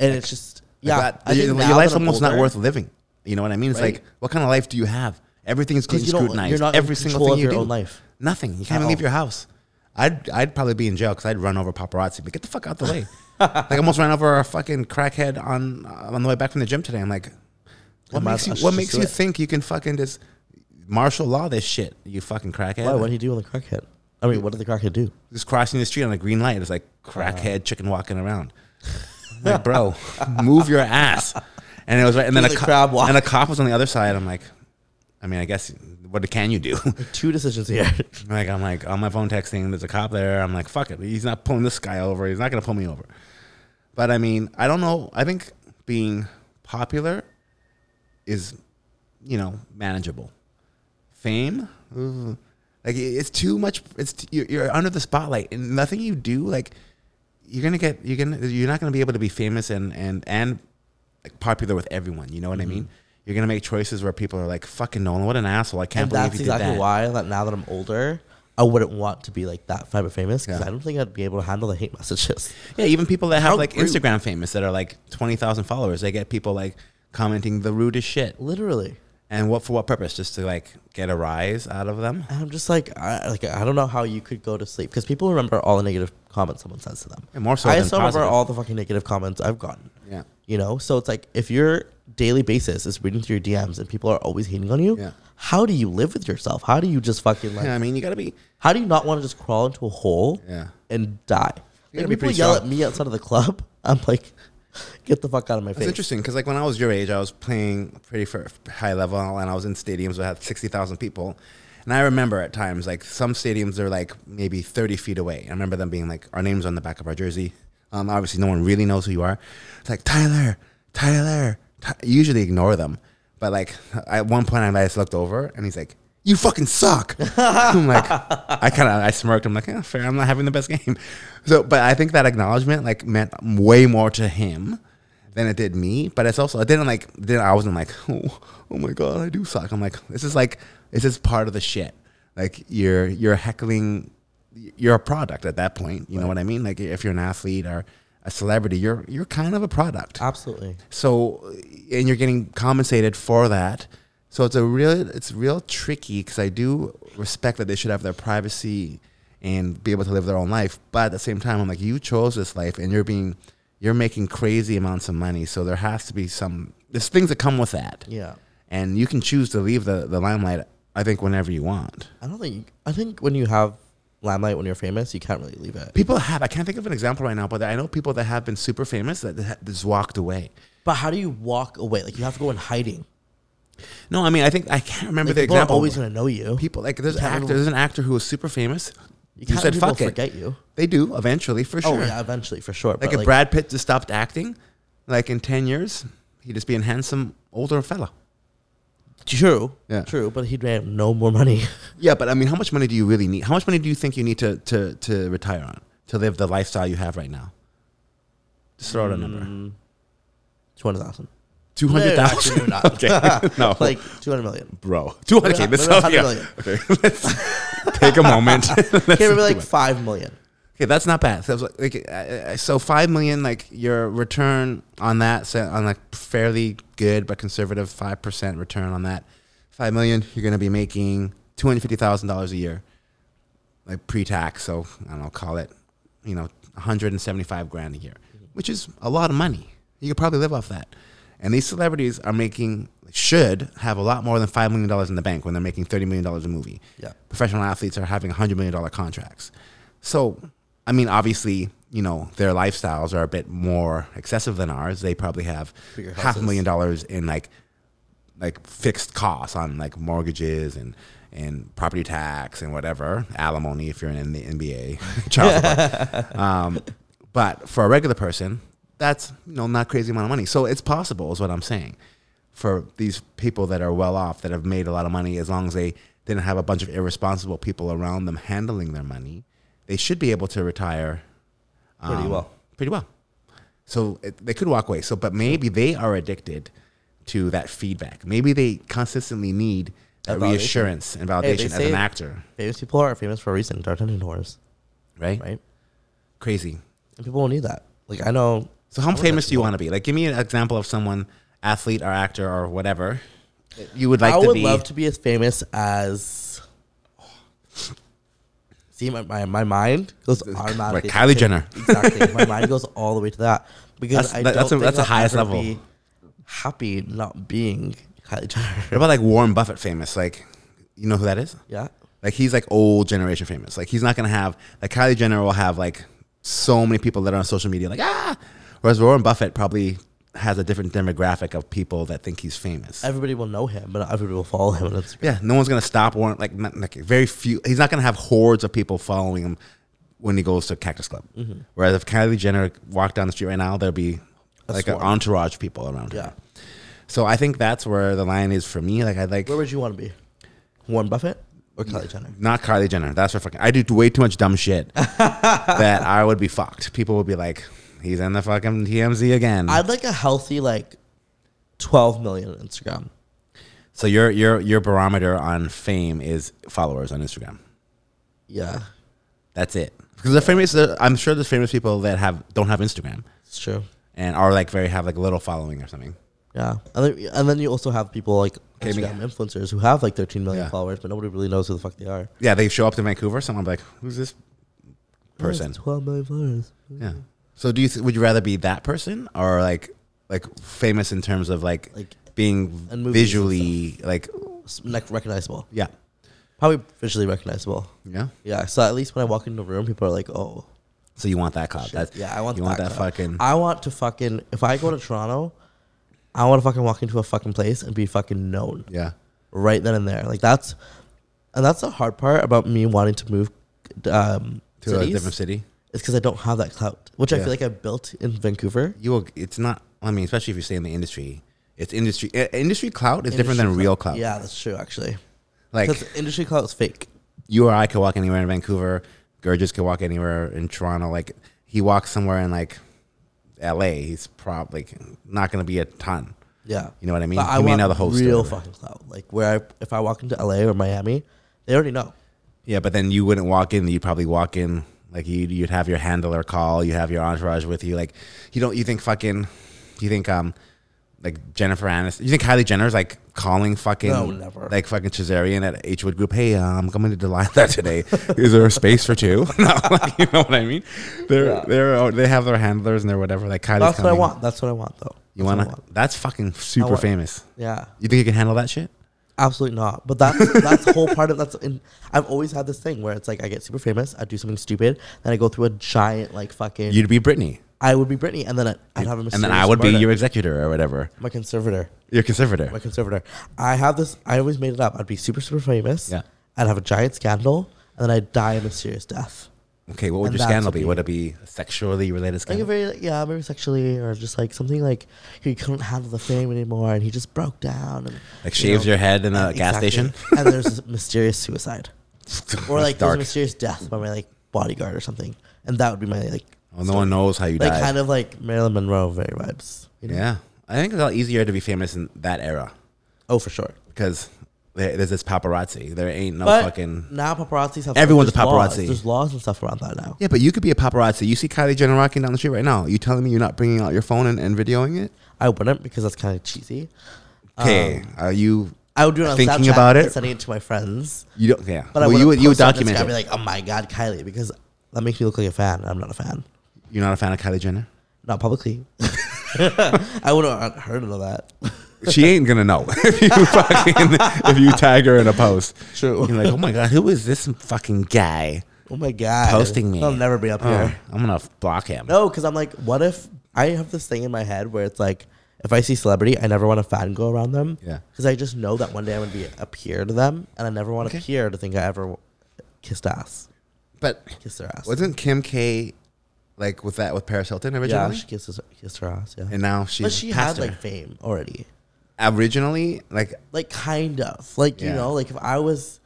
Speaker 1: And it's just yeah.
Speaker 2: Like that-
Speaker 1: I think
Speaker 2: your,
Speaker 1: now
Speaker 2: your life's
Speaker 1: that I'm
Speaker 2: almost not
Speaker 1: older,
Speaker 2: worth living. You know what I mean? It's
Speaker 1: Right.
Speaker 2: like, what kind of life do you have? Everything's getting
Speaker 1: 'Cause you don't-
Speaker 2: scrutinized.
Speaker 1: you're not in
Speaker 2: Every single
Speaker 1: control
Speaker 2: thing
Speaker 1: of
Speaker 2: you
Speaker 1: your
Speaker 2: do.
Speaker 1: own life.
Speaker 2: Nothing. You can't
Speaker 1: At
Speaker 2: even leave
Speaker 1: all.
Speaker 2: your house. I'd I'd probably be in jail because I'd run over paparazzi. But get the fuck out the way. like I almost ran over a fucking crackhead on on the way back from the gym today. I'm like, what
Speaker 1: Am I-
Speaker 2: makes
Speaker 1: I
Speaker 2: you
Speaker 1: should
Speaker 2: what
Speaker 1: just
Speaker 2: makes
Speaker 1: do
Speaker 2: you
Speaker 1: it.
Speaker 2: think you can fucking just martial law this shit? You fucking crackhead.
Speaker 1: Why? What did he do on the crackhead? I mean, what did the crackhead do?
Speaker 2: just crossing the street on a green light. It's like crackhead chicken walking around. I'm like, bro, move your ass. And it was right. And then a
Speaker 1: the
Speaker 2: co-
Speaker 1: crab walk.
Speaker 2: and a cop was on the other side. I'm like, I mean, I guess what can you do?
Speaker 1: Two decisions here.
Speaker 2: like I'm like on my phone texting. There's a cop there. I'm like, fuck it. He's not pulling this guy over. He's not gonna pull me over. But I mean, I don't know. I think being popular is, you know, manageable. Fame, ooh, like it- it's too much. It's t- you're, you're under the spotlight, and nothing you do, like you're gonna get you're gonna you're not gonna be able to be famous and and and like popular with everyone. You know
Speaker 1: Mm-hmm.
Speaker 2: what I mean? You're gonna make choices where people are like, "Fucking Nolan, what an asshole! I can't
Speaker 1: and
Speaker 2: believe
Speaker 1: that's
Speaker 2: you
Speaker 1: exactly
Speaker 2: did that."
Speaker 1: why that now that I'm older, I wouldn't want to be like that fiber famous because
Speaker 2: Yeah.
Speaker 1: I don't think I'd be able to handle the hate messages.
Speaker 2: Yeah, even people that have
Speaker 1: How
Speaker 2: like
Speaker 1: rude.
Speaker 2: Instagram famous that are like twenty thousand followers, they get people like commenting the rudest shit.
Speaker 1: Literally.
Speaker 2: And what for what purpose? Just to like get a rise out of them.
Speaker 1: And I'm just like, I, like I don't know how you could go to sleep because people remember all the negative comments someone says to them.
Speaker 2: Yeah, more so
Speaker 1: I
Speaker 2: than
Speaker 1: still remember
Speaker 2: positive.
Speaker 1: all the fucking negative comments I've gotten.
Speaker 2: Yeah.
Speaker 1: You know, so it's like if your daily basis is reading through your DMs and people are always hating on you,
Speaker 2: Yeah.
Speaker 1: how do you live with yourself? How do you just fucking like?
Speaker 2: Yeah, I mean, you gotta be.
Speaker 1: How do you not want to just crawl into a hole
Speaker 2: Yeah.
Speaker 1: and die?
Speaker 2: You
Speaker 1: Like,
Speaker 2: gotta be
Speaker 1: people
Speaker 2: pretty
Speaker 1: yell
Speaker 2: strong.
Speaker 1: at me outside of the club. I'm like, get the fuck out of my
Speaker 2: It's
Speaker 1: face.
Speaker 2: interesting because like when I was your age, I was playing pretty for high level, and I was in stadiums that had sixty thousand people. And I remember at times like some stadiums are like maybe thirty feet away. I remember them being like our names on the back of our jersey. Um, obviously, no one really knows who you are. It's like Tyler, Tyler. Ty-. You usually ignore them, but like at one point, I just looked over, and he's like. You fucking suck. I'm like, I kind of, I smirked. I'm like, yeah, fair. I'm not having the best game. So, but I think that acknowledgement like meant way more to him than it did me. But it's also I didn't like then I wasn't like oh, oh my god I do suck. I'm like this is like this is part of the shit. Like you're you're heckling, you're a product at that point. You know what I mean? Like if you're an athlete or a celebrity, you're you're kind of a product.
Speaker 1: Absolutely.
Speaker 2: So, and you're getting compensated for that. So it's a real, it's real tricky because I do respect that they should have their privacy and be able to live their own life. But at the same time, I'm like, you chose this life, and you're being, you're making crazy amounts of money. So there has to be some, there's things that come with that.
Speaker 1: Yeah.
Speaker 2: And you can choose to leave the the limelight. I think whenever you want.
Speaker 1: I don't think. I think when you have limelight when you're famous, you can't really leave it.
Speaker 2: People have. I can't think of an example right now, but I know people that have been super famous that ha- just walked away.
Speaker 1: But how do you walk away? Like you have to go in hiding.
Speaker 2: No, I mean, I think I can't remember
Speaker 1: Like,
Speaker 2: the
Speaker 1: people
Speaker 2: example.
Speaker 1: are always gonna know you.
Speaker 2: people like there's an
Speaker 1: can't
Speaker 2: actor.
Speaker 1: really-
Speaker 2: There's an actor who was super famous.
Speaker 1: you
Speaker 2: who
Speaker 1: can't
Speaker 2: said
Speaker 1: people
Speaker 2: fuck it.
Speaker 1: forget you.
Speaker 2: They do eventually, for sure.
Speaker 1: Oh yeah, eventually for sure.
Speaker 2: like
Speaker 1: but
Speaker 2: if
Speaker 1: like,
Speaker 2: Brad Pitt just stopped acting, like in ten years, he'd just be a handsome older fella.
Speaker 1: true,
Speaker 2: Yeah.
Speaker 1: true. But he'd have no more money.
Speaker 2: Yeah, but I mean, how much money do you really need? How much money do you think you need to to to retire on to live the lifestyle you have right now? Just throw out a number.
Speaker 1: Two hundred thousand.
Speaker 2: Two hundred
Speaker 1: No,
Speaker 2: thousand.
Speaker 1: no, actually, no, not.
Speaker 2: Okay, no,
Speaker 1: like two hundred million.
Speaker 2: bro, two hundred. Okay,
Speaker 1: not-
Speaker 2: let's
Speaker 1: we're not
Speaker 2: stop. Yeah.
Speaker 1: 100
Speaker 2: Okay, let's take a moment.
Speaker 1: Okay, maybe like five million.
Speaker 2: Okay, that's not bad. So, it was like- like, uh, uh, so five million, like your return on that, so on like fairly good but conservative five percent return on that, five million, you're gonna be making two hundred fifty thousand dollars a year, like pre-tax. So I don't know, call it, you know, one hundred and seventy-five grand a year,
Speaker 1: Mm-hmm.
Speaker 2: which is a lot of money. You could probably live off that. And these celebrities are making should have a lot more than five million dollars in the bank when they're making thirty million dollars a movie
Speaker 1: Yeah.
Speaker 2: professional athletes are having $100 million contracts. So, I mean, obviously, you know, their lifestyles are a bit more excessive than ours. They probably have
Speaker 1: Bigger
Speaker 2: half a
Speaker 1: houses.
Speaker 2: million dollars in like like fixed costs on like mortgages and and property tax and whatever alimony if you're in the NBA child support. um, but for a regular person, that's you know not crazy amount of money. So it's possible, is what I'm saying. For these people that are well off that have made a lot of money, as long as they didn't have a bunch of irresponsible people around them handling their money, they should be able to retire um,
Speaker 1: Pretty well.
Speaker 2: Pretty well. So it, they could walk away. So, but maybe they are addicted to that feedback. Maybe they consistently need that
Speaker 1: That validation.
Speaker 2: reassurance and validation
Speaker 1: Hey, they
Speaker 2: as
Speaker 1: say-
Speaker 2: an actor,
Speaker 1: Famous people are famous for a reason. They're attention whores,
Speaker 2: right?
Speaker 1: right?
Speaker 2: Crazy.
Speaker 1: And people will need that. Like I know.
Speaker 2: So, how famous do you want to be? Like, give me an example of someone, athlete or actor or whatever, that you would like
Speaker 1: I
Speaker 2: to
Speaker 1: would
Speaker 2: be.
Speaker 1: love to be as famous as. See, my, my, my mind goes automatically.
Speaker 2: Kylie Jenner.
Speaker 1: Exactly. My mind goes all the way to that because
Speaker 2: That's-
Speaker 1: I
Speaker 2: that- that's
Speaker 1: don't think
Speaker 2: a- that's the
Speaker 1: I'll
Speaker 2: highest
Speaker 1: ever
Speaker 2: level.
Speaker 1: Be happy not being Kylie Jenner.
Speaker 2: what about like Warren Buffett famous? Like, you know who that is?
Speaker 1: Yeah.
Speaker 2: Like he's like old generation famous. Like he's not gonna have like Kylie Jenner will have like so many people that are on social media like ah. Whereas Warren Buffett probably has a different demographic of people that think he's famous.
Speaker 1: Everybody will know him, but not everybody will follow him on Instagram.
Speaker 2: yeah, no one's gonna stop Warren. Like, not, like very few. He's not gonna have hordes of people following him when he goes to Cactus Club.
Speaker 1: Mm-hmm.
Speaker 2: Whereas if Kylie Jenner walked down the street right now, there'd be like an
Speaker 1: swarm.
Speaker 2: entourage of people around her.
Speaker 1: Yeah.
Speaker 2: So I think that's where the line is for me. Like I like
Speaker 1: Where would you want to be? Warren Buffett or Kylie Jenner?
Speaker 2: Not Kylie Jenner. That's for fucking. I do way too much dumb shit that I would be fucked. People would be like, he's in the fucking TMZ again.
Speaker 1: I'd like a healthy like twelve million on Instagram.
Speaker 2: so your your your barometer on fame is followers on Instagram.
Speaker 1: Yeah,
Speaker 2: That's it. Because the famous, I'm sure there's famous people that have don't have Instagram
Speaker 1: it's true.
Speaker 2: and are like very have like a little following or something.
Speaker 1: Yeah, and then, and then you also have people like
Speaker 2: Okay, me-
Speaker 1: Instagram influencers who have like thirteen million
Speaker 2: Yeah.
Speaker 1: followers, but nobody really knows who the fuck they are.
Speaker 2: Yeah, they show up to Vancouver. Someone be like, who's this person?
Speaker 1: twelve million followers.
Speaker 2: Yeah. So do you th- would you rather be that person or like like famous in terms of like
Speaker 1: Like,
Speaker 2: being
Speaker 1: and movies and
Speaker 2: visually like
Speaker 1: S- Like recognizable,
Speaker 2: yeah
Speaker 1: probably visually recognizable.
Speaker 2: yeah.
Speaker 1: Yeah, so at least when I walk into a room, people are like, "Oh,
Speaker 2: So you want that clout?
Speaker 1: shit.
Speaker 2: That's,
Speaker 1: yeah, I want
Speaker 2: you want that
Speaker 1: that." crowd.
Speaker 2: fucking.
Speaker 1: I want to fucking. If I go to Toronto, I want to fucking walk into a fucking place and be fucking known.
Speaker 2: yeah,
Speaker 1: right then and there. Like that's, and that's the hard part about me wanting to move um,
Speaker 2: to
Speaker 1: cities.
Speaker 2: a different city.
Speaker 1: It's because I don't have that clout, which I
Speaker 2: Yeah.
Speaker 1: feel like I built in Vancouver.
Speaker 2: You will. It's not. I mean, especially if you stay in the industry, it's industry. i- Industry clout is different
Speaker 1: Industry
Speaker 2: than real clout.
Speaker 1: Yeah, that's true. Actually,
Speaker 2: Like
Speaker 1: because industry clout is fake.
Speaker 2: you or I could walk anywhere in Vancouver. Gurgis could walk anywhere in Toronto. Like he walks somewhere in like L.A. He's probably not going to be a ton.
Speaker 1: Yeah,
Speaker 2: You know what I mean?
Speaker 1: But I
Speaker 2: He may
Speaker 1: want
Speaker 2: know the whole
Speaker 1: real
Speaker 2: story.
Speaker 1: fucking clout. Like where I, if I walk into LA or Miami, they already know.
Speaker 2: Yeah, but then you wouldn't walk in. You'd probably walk in like you'd, you'd have your handler call. You have your entourage with you. Like you don't. You think fucking. You think um, like Jennifer Aniston. You think Kylie Jenner's like calling fucking
Speaker 1: No, never.
Speaker 2: like fucking Cesarian at H Wood Group. Hey, uh, I'm coming to Delilah today. Is there a space for two? no, like, you know what I mean. They're
Speaker 1: Yeah.
Speaker 2: they're oh, they have their handlers and they're whatever. Like Kylie's
Speaker 1: That's what I
Speaker 2: coming.
Speaker 1: want. That's what I want, though.
Speaker 2: You
Speaker 1: That's what I
Speaker 2: wanna? That's fucking super
Speaker 1: want-
Speaker 2: famous.
Speaker 1: Yeah,
Speaker 2: You think you can handle that shit?
Speaker 1: Absolutely not. But that's that's the whole part of that's. In, I've always had this thing where it's like I get super famous, I do something stupid, then I go through a giant like fucking.
Speaker 2: You'd be Britney,
Speaker 1: I would be Britney, and then I, I'd have a
Speaker 2: and then
Speaker 1: mysterious
Speaker 2: I would be
Speaker 1: murder.
Speaker 2: your executor or whatever.
Speaker 1: my conservator.
Speaker 2: Your conservator.
Speaker 1: My conservator. I have this. I always made it up. I'd be super super famous.
Speaker 2: Yeah.
Speaker 1: I'd have a giant scandal, and then I'd die a mysterious death.
Speaker 2: Okay, what would
Speaker 1: And
Speaker 2: your
Speaker 1: that
Speaker 2: scandal
Speaker 1: would
Speaker 2: be?
Speaker 1: be-
Speaker 2: Would it be a sexually
Speaker 1: Like
Speaker 2: related
Speaker 1: a
Speaker 2: scandal?
Speaker 1: very like, yeah, maybe sexually or just like something like he couldn't handle the fame anymore, and he just broke down and
Speaker 2: Like
Speaker 1: you
Speaker 2: shaves
Speaker 1: know,
Speaker 2: your head in a gas
Speaker 1: exactly.
Speaker 2: station?
Speaker 1: and there's a mysterious suicide. or like
Speaker 2: That's
Speaker 1: there's a
Speaker 2: dark.
Speaker 1: mysterious death by my like bodyguard or something, and that would be my like
Speaker 2: Well, no one knows how you
Speaker 1: like
Speaker 2: died.
Speaker 1: kind of like Marilyn Monroe very vibes. You know?
Speaker 2: yeah, I think it's a lot easier to be famous in that era
Speaker 1: Oh, for sure.
Speaker 2: because there, there's this paparazzi. There ain't no
Speaker 1: But
Speaker 2: fucking.
Speaker 1: now paparazzis have
Speaker 2: Everyone's a
Speaker 1: there's laws.
Speaker 2: paparazzi.
Speaker 1: There's laws and stuff around that now.
Speaker 2: Yeah, but you could be a paparazzi. You see Kylie Jenner walking down the street right now. You telling me you're not bringing out your phone and, and videoing it?
Speaker 1: I wouldn't because that's kind of cheesy.
Speaker 2: Okay, are you?
Speaker 1: I would do it on
Speaker 2: Thinking
Speaker 1: Snapchat
Speaker 2: about
Speaker 1: and
Speaker 2: it?
Speaker 1: sending it to my friends.
Speaker 2: You don't. Yeah,
Speaker 1: But
Speaker 2: well,
Speaker 1: I
Speaker 2: you would you would document
Speaker 1: I'd
Speaker 2: it.
Speaker 1: be like, oh my god, Kylie, because that makes me look like a fan. I'm not a fan,
Speaker 2: you're not a fan of Kylie Jenner.
Speaker 1: not publicly. I wouldn't have heard of that.
Speaker 2: She ain't gonna know if you fucking if you tag her in a post.
Speaker 1: True.
Speaker 2: You're like, oh my god, who is this fucking guy
Speaker 1: Oh my god,
Speaker 2: posting me?
Speaker 1: I'll never be up
Speaker 2: Oh,
Speaker 1: here.
Speaker 2: I'm gonna block him.
Speaker 1: No, because I'm like, what if I have this thing in my head where it's like, if I see celebrity, I never want to fangirl around them.
Speaker 2: Yeah.
Speaker 1: Because I just know that one day I'm gonna be appear to them, and I never want to
Speaker 2: Okay.
Speaker 1: appear to think I ever kissed ass,
Speaker 2: But
Speaker 1: kissed their ass.
Speaker 2: wasn't Kim K like with that with Paris Hilton
Speaker 1: yeah,
Speaker 2: originally?
Speaker 1: she kissed his, kissed her ass. Yeah.
Speaker 2: and now she's
Speaker 1: but she had
Speaker 2: pastor.
Speaker 1: like fame already,
Speaker 2: originally like
Speaker 1: like kind of, like
Speaker 2: Yeah.
Speaker 1: you know, like if I was.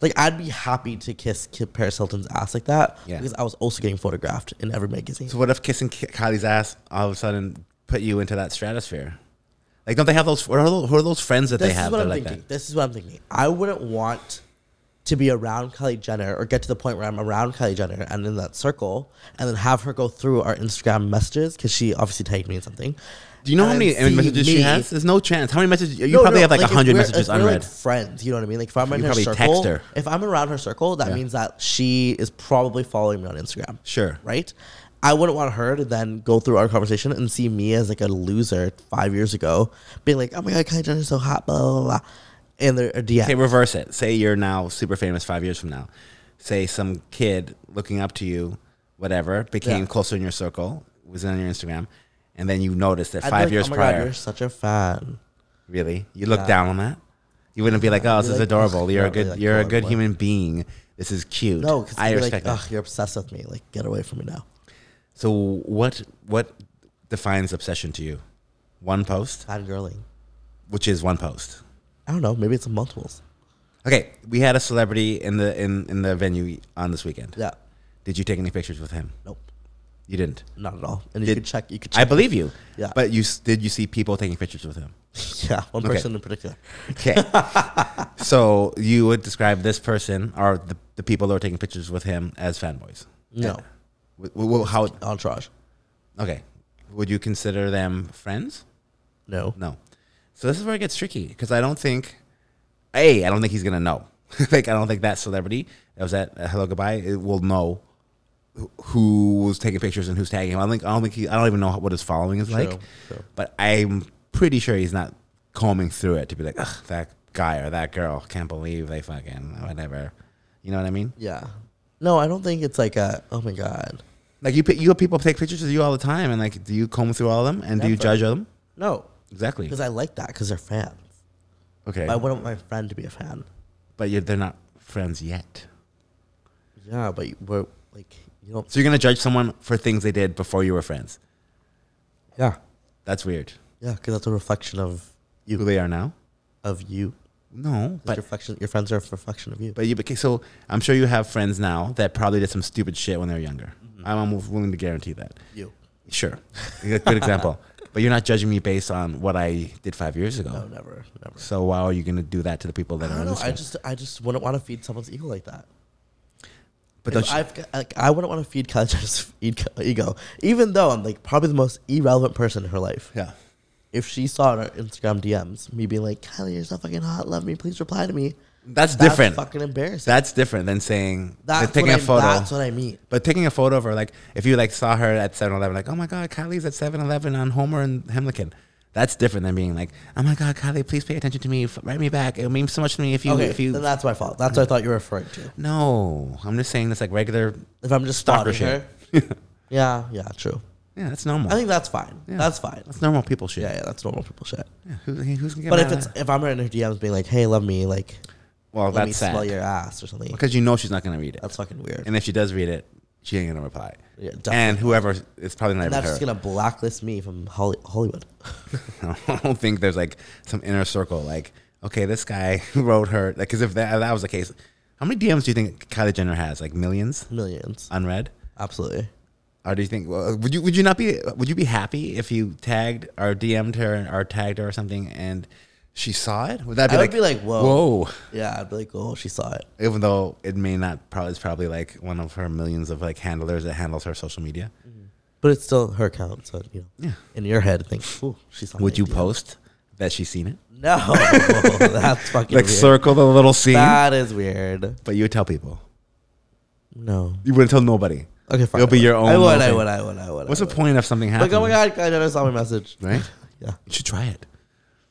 Speaker 1: Like I'd be happy to kiss Ki- Paris Hilton's ass like that
Speaker 2: Yeah.
Speaker 1: because I was also getting photographed in every magazine.
Speaker 2: so what if kissing Ki- Kylie's ass all of a sudden put you into that stratosphere? Like don't they have those who are those, who are those friends that
Speaker 1: This
Speaker 2: they have
Speaker 1: is what
Speaker 2: that are
Speaker 1: I'm
Speaker 2: like
Speaker 1: thinking. This is what I'm thinking. I wouldn't want to be around Kylie Jenner or get to the point where I'm around Kylie Jenner and in that circle and then have her go through our Instagram messages because she obviously tagged me in something.
Speaker 2: that? Do you know how
Speaker 1: and
Speaker 2: many
Speaker 1: see
Speaker 2: messages she
Speaker 1: me-
Speaker 2: has? There's no chance. How many messages you
Speaker 1: No,
Speaker 2: probably
Speaker 1: no,
Speaker 2: have like,
Speaker 1: if
Speaker 2: hundred
Speaker 1: we're-
Speaker 2: messages
Speaker 1: if we're, like,
Speaker 2: unread.
Speaker 1: friends, you know what I mean? Like if I'm in her
Speaker 2: probably
Speaker 1: circle,
Speaker 2: text her.
Speaker 1: if I'm around her circle, that
Speaker 2: Yeah.
Speaker 1: means that she is probably following me on Instagram.
Speaker 2: Sure.
Speaker 1: Right? I wouldn't want her to then go through our conversation and see me as like a loser five years ago, being like, "Oh my god, Kylie Jenner's so hot," blah blah uh, blah, and they're a DM.
Speaker 2: Okay, reverse it. Say you're now super famous five years from now. Say some kid looking up to you, whatever, became
Speaker 1: Yeah.
Speaker 2: closer in your circle, was on your Instagram, and then you noticed that
Speaker 1: I'd be
Speaker 2: five
Speaker 1: like,
Speaker 2: years
Speaker 1: oh my God,
Speaker 2: prior,
Speaker 1: you're such a fan.
Speaker 2: really, you look
Speaker 1: Yeah.
Speaker 2: down on that. You wouldn't be like, "Oh, this
Speaker 1: be
Speaker 2: is
Speaker 1: like,
Speaker 2: adorable.
Speaker 1: ugh,
Speaker 2: You're a
Speaker 1: not really
Speaker 2: good,
Speaker 1: like
Speaker 2: you're a
Speaker 1: that
Speaker 2: good
Speaker 1: one.
Speaker 2: human being. This is cute.
Speaker 1: No, because
Speaker 2: I
Speaker 1: you're like,
Speaker 2: respect that."
Speaker 1: ugh, you're obsessed with me. Like, get away from me now.
Speaker 2: So, what what defines obsession to you? One post,
Speaker 1: Fangirling.
Speaker 2: which is one post.
Speaker 1: I don't know. Maybe it's multiples.
Speaker 2: Okay, we had a celebrity in the in in the venue on this weekend.
Speaker 1: Yeah.
Speaker 2: Did you take any pictures with him?
Speaker 1: Nope.
Speaker 2: You didn't.
Speaker 1: Not at all. And you
Speaker 2: Did-
Speaker 1: could check. You could
Speaker 2: I
Speaker 1: check.
Speaker 2: believe you.
Speaker 1: Yeah.
Speaker 2: But you s- did you see people taking pictures with him?
Speaker 1: yeah. One
Speaker 2: Okay.
Speaker 1: person in particular.
Speaker 2: Okay. so you would describe this person or the, the people that were taking pictures with him as fanboys?
Speaker 1: No.
Speaker 2: W- w- how?
Speaker 1: Entourage.
Speaker 2: Okay. Would you consider them friends?
Speaker 1: No.
Speaker 2: No. So this is where it gets tricky because I don't think, a, I don't think he's gonna know. like I don't think that celebrity that was at uh, Hello Goodbye it will know who- who was taking pictures and who's tagging him. I don't think I don't think he, I don't even know what his following is like.
Speaker 1: true.
Speaker 2: But I'm pretty sure he's not combing through it to be like Ugh, that guy or that girl can't believe they fucking whatever. You know what I mean?
Speaker 1: Yeah. No, I don't think it's like a. Oh my god.
Speaker 2: Like you, pi- you have people take pictures of you all the time, and like, do you comb through all of them and do you
Speaker 1: Never.
Speaker 2: judge them?
Speaker 1: No,
Speaker 2: Exactly.
Speaker 1: because I like that because they're fans.
Speaker 2: Okay,
Speaker 1: I wouldn't want my friend to be a fan.
Speaker 2: but you're, they're not friends yet.
Speaker 1: Yeah, but you- we're like you don't.
Speaker 2: So you're gonna judge someone for things they did before you were friends.
Speaker 1: Yeah.
Speaker 2: That's weird.
Speaker 1: Yeah, because that's a reflection of
Speaker 2: Who they are now?
Speaker 1: of you.
Speaker 2: No,
Speaker 1: But
Speaker 2: but
Speaker 1: your reflection, your friends are a reflection of you.
Speaker 2: but you okay, so I'm sure you have friends now that probably did some stupid shit when they were younger.
Speaker 1: Mm-hmm.
Speaker 2: I'm almost willing to guarantee that.
Speaker 1: you.
Speaker 2: Sure, You're a good example. But you're not judging me based on what I did five years ago.
Speaker 1: No, never, never.
Speaker 2: So why are you gonna do that to the people that
Speaker 1: I
Speaker 2: are
Speaker 1: don't know.
Speaker 2: on this?
Speaker 1: I just, I just wouldn't want to feed someone's ego like that. If
Speaker 2: but don't you,
Speaker 1: I've, got- like, I wouldn't want to feed Kylie Jenner's e- ego, even though I'm like probably the most irrelevant person in her life.
Speaker 2: yeah.
Speaker 1: If she saw in her Instagram DMs me being like, "Kylie, you're so fucking hot. Love me. Please reply to me."
Speaker 2: That's,
Speaker 1: That's
Speaker 2: different.
Speaker 1: Fucking embarrassing.
Speaker 2: That's different than saying
Speaker 1: That's
Speaker 2: than taking
Speaker 1: what
Speaker 2: a photo.
Speaker 1: I, That's what I mean.
Speaker 2: But taking a photo of her, like if you like saw her at 7-Eleven, like oh my god, Kylie's at 7-Eleven on Homer and Hemlicken, That's different than being like, oh my God, Kylie, please pay attention to me. F- Write me back. It means so much to me if you,
Speaker 1: Okay,
Speaker 2: if you.
Speaker 1: then that's my fault. That's what I thought you were referring to.
Speaker 2: no, I'm just saying that's like regular.
Speaker 1: If I'm just
Speaker 2: Stalker
Speaker 1: stalking her. yeah, yeah, true.
Speaker 2: Yeah, that's normal.
Speaker 1: I think that's fine.
Speaker 2: Yeah.
Speaker 1: That's fine.
Speaker 2: that's normal people shit.
Speaker 1: Yeah, yeah, that's normal people shit.
Speaker 2: Yeah, Who, who's gonna get
Speaker 1: But if
Speaker 2: mad at
Speaker 1: it's
Speaker 2: that?
Speaker 1: if I'm in her DMs being like, "Hey, love me," like,
Speaker 2: well,
Speaker 1: "Let me
Speaker 2: Oh, that's sad
Speaker 1: smell your ass" or something,
Speaker 2: because you know she's not gonna read it,
Speaker 1: that's fucking weird.
Speaker 2: and if she does read it, she ain't gonna reply.
Speaker 1: Yeah, definitely.
Speaker 2: and whoever it's probably not
Speaker 1: And
Speaker 2: even
Speaker 1: that's
Speaker 2: her.
Speaker 1: just gonna blacklist me from Holly- Hollywood.
Speaker 2: I don't think there's like some inner circle like, okay, this guy wrote her like, because if that, if that was the case, how many DMs do you think Kylie Jenner has? Like millions
Speaker 1: Millions,
Speaker 2: unread?
Speaker 1: absolutely.
Speaker 2: Or do you think well, would you would you not be would you be happy if you tagged or DM'd her or tagged her or something and she saw it? Would that be
Speaker 1: I would
Speaker 2: like
Speaker 1: be like, whoa.
Speaker 2: whoa?
Speaker 1: Yeah, I'd be like, "Oh, she saw it."
Speaker 2: Even though it may not probably it's probably like one of her millions of like handlers that handles her social media.
Speaker 1: But it's still her account, so you know.
Speaker 2: Yeah.
Speaker 1: In your head, think, "Ooh, she saw."
Speaker 2: Would
Speaker 1: my
Speaker 2: you
Speaker 1: DM."
Speaker 2: post that she's seen it?
Speaker 1: No, that's fucking
Speaker 2: Like
Speaker 1: weird.
Speaker 2: circle the little scene,
Speaker 1: That is weird.
Speaker 2: but you would tell people.
Speaker 1: No.
Speaker 2: You wouldn't tell nobody.
Speaker 1: Okay, fine.
Speaker 2: It'll be
Speaker 1: I
Speaker 2: your
Speaker 1: would.
Speaker 2: own
Speaker 1: I would,
Speaker 2: little
Speaker 1: I
Speaker 2: thing.
Speaker 1: would. I would. I would.
Speaker 2: What's
Speaker 1: I
Speaker 2: the
Speaker 1: would.
Speaker 2: point of something happening?
Speaker 1: Like, oh my god, I never saw my message.
Speaker 2: Right?
Speaker 1: Yeah.
Speaker 2: You should try it.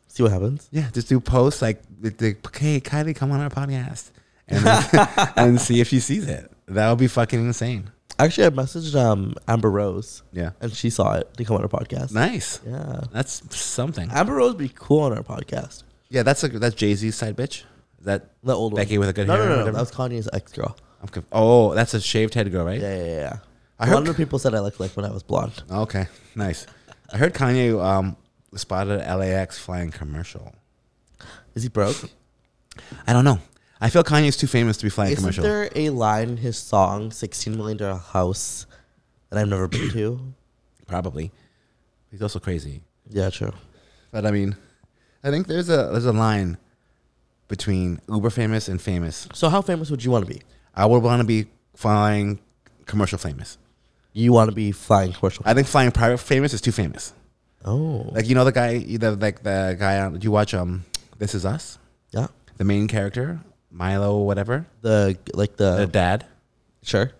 Speaker 1: See what happens.
Speaker 2: Yeah, just do posts like, with the- "Hey, Kylie, come on our podcast," and then- and see if she sees it. That would be fucking insane.
Speaker 1: Actually, I messaged um Amber Rose.
Speaker 2: Yeah.
Speaker 1: And she saw it to come on our podcast.
Speaker 2: Nice.
Speaker 1: Yeah.
Speaker 2: That's something.
Speaker 1: Amber Rose would be cool on our podcast.
Speaker 2: Yeah, that's a, that's Jay Z's side bitch. Is that
Speaker 1: The old one.
Speaker 2: Becky with a good
Speaker 1: no,
Speaker 2: hair or
Speaker 1: No, no, no.
Speaker 2: whatever?
Speaker 1: That was Kanye's ex girl.
Speaker 2: I'm conf- oh, that's a shaved head girl, right?
Speaker 1: Yeah, yeah, yeah, yeah.
Speaker 2: I
Speaker 1: A
Speaker 2: heard-
Speaker 1: lot of people said I looked like when I was blonde.
Speaker 2: Okay, nice. I heard Kanye um, was spotted at LAX flying commercial.
Speaker 1: Is he broke?
Speaker 2: I don't know. I feel Kanye's too famous to be flying
Speaker 1: Isn't
Speaker 2: commercial.
Speaker 1: there a line in his song "16 Million Dollar House" that I've never been to?
Speaker 2: Probably. He's also crazy.
Speaker 1: Yeah, true.
Speaker 2: But I mean, I think there's a there's a line between uber famous and famous.
Speaker 1: So, how famous would you want to be?
Speaker 2: I would want to be flying commercial famous.
Speaker 1: You want to be flying commercial?
Speaker 2: I think flying private famous is too famous.
Speaker 1: oh,
Speaker 2: Like you know the guy, either like the guy on. Do you watch um This Is Us?
Speaker 1: yeah.
Speaker 2: The main character, Milo, whatever,
Speaker 1: The like the,
Speaker 2: the dad,
Speaker 1: sure.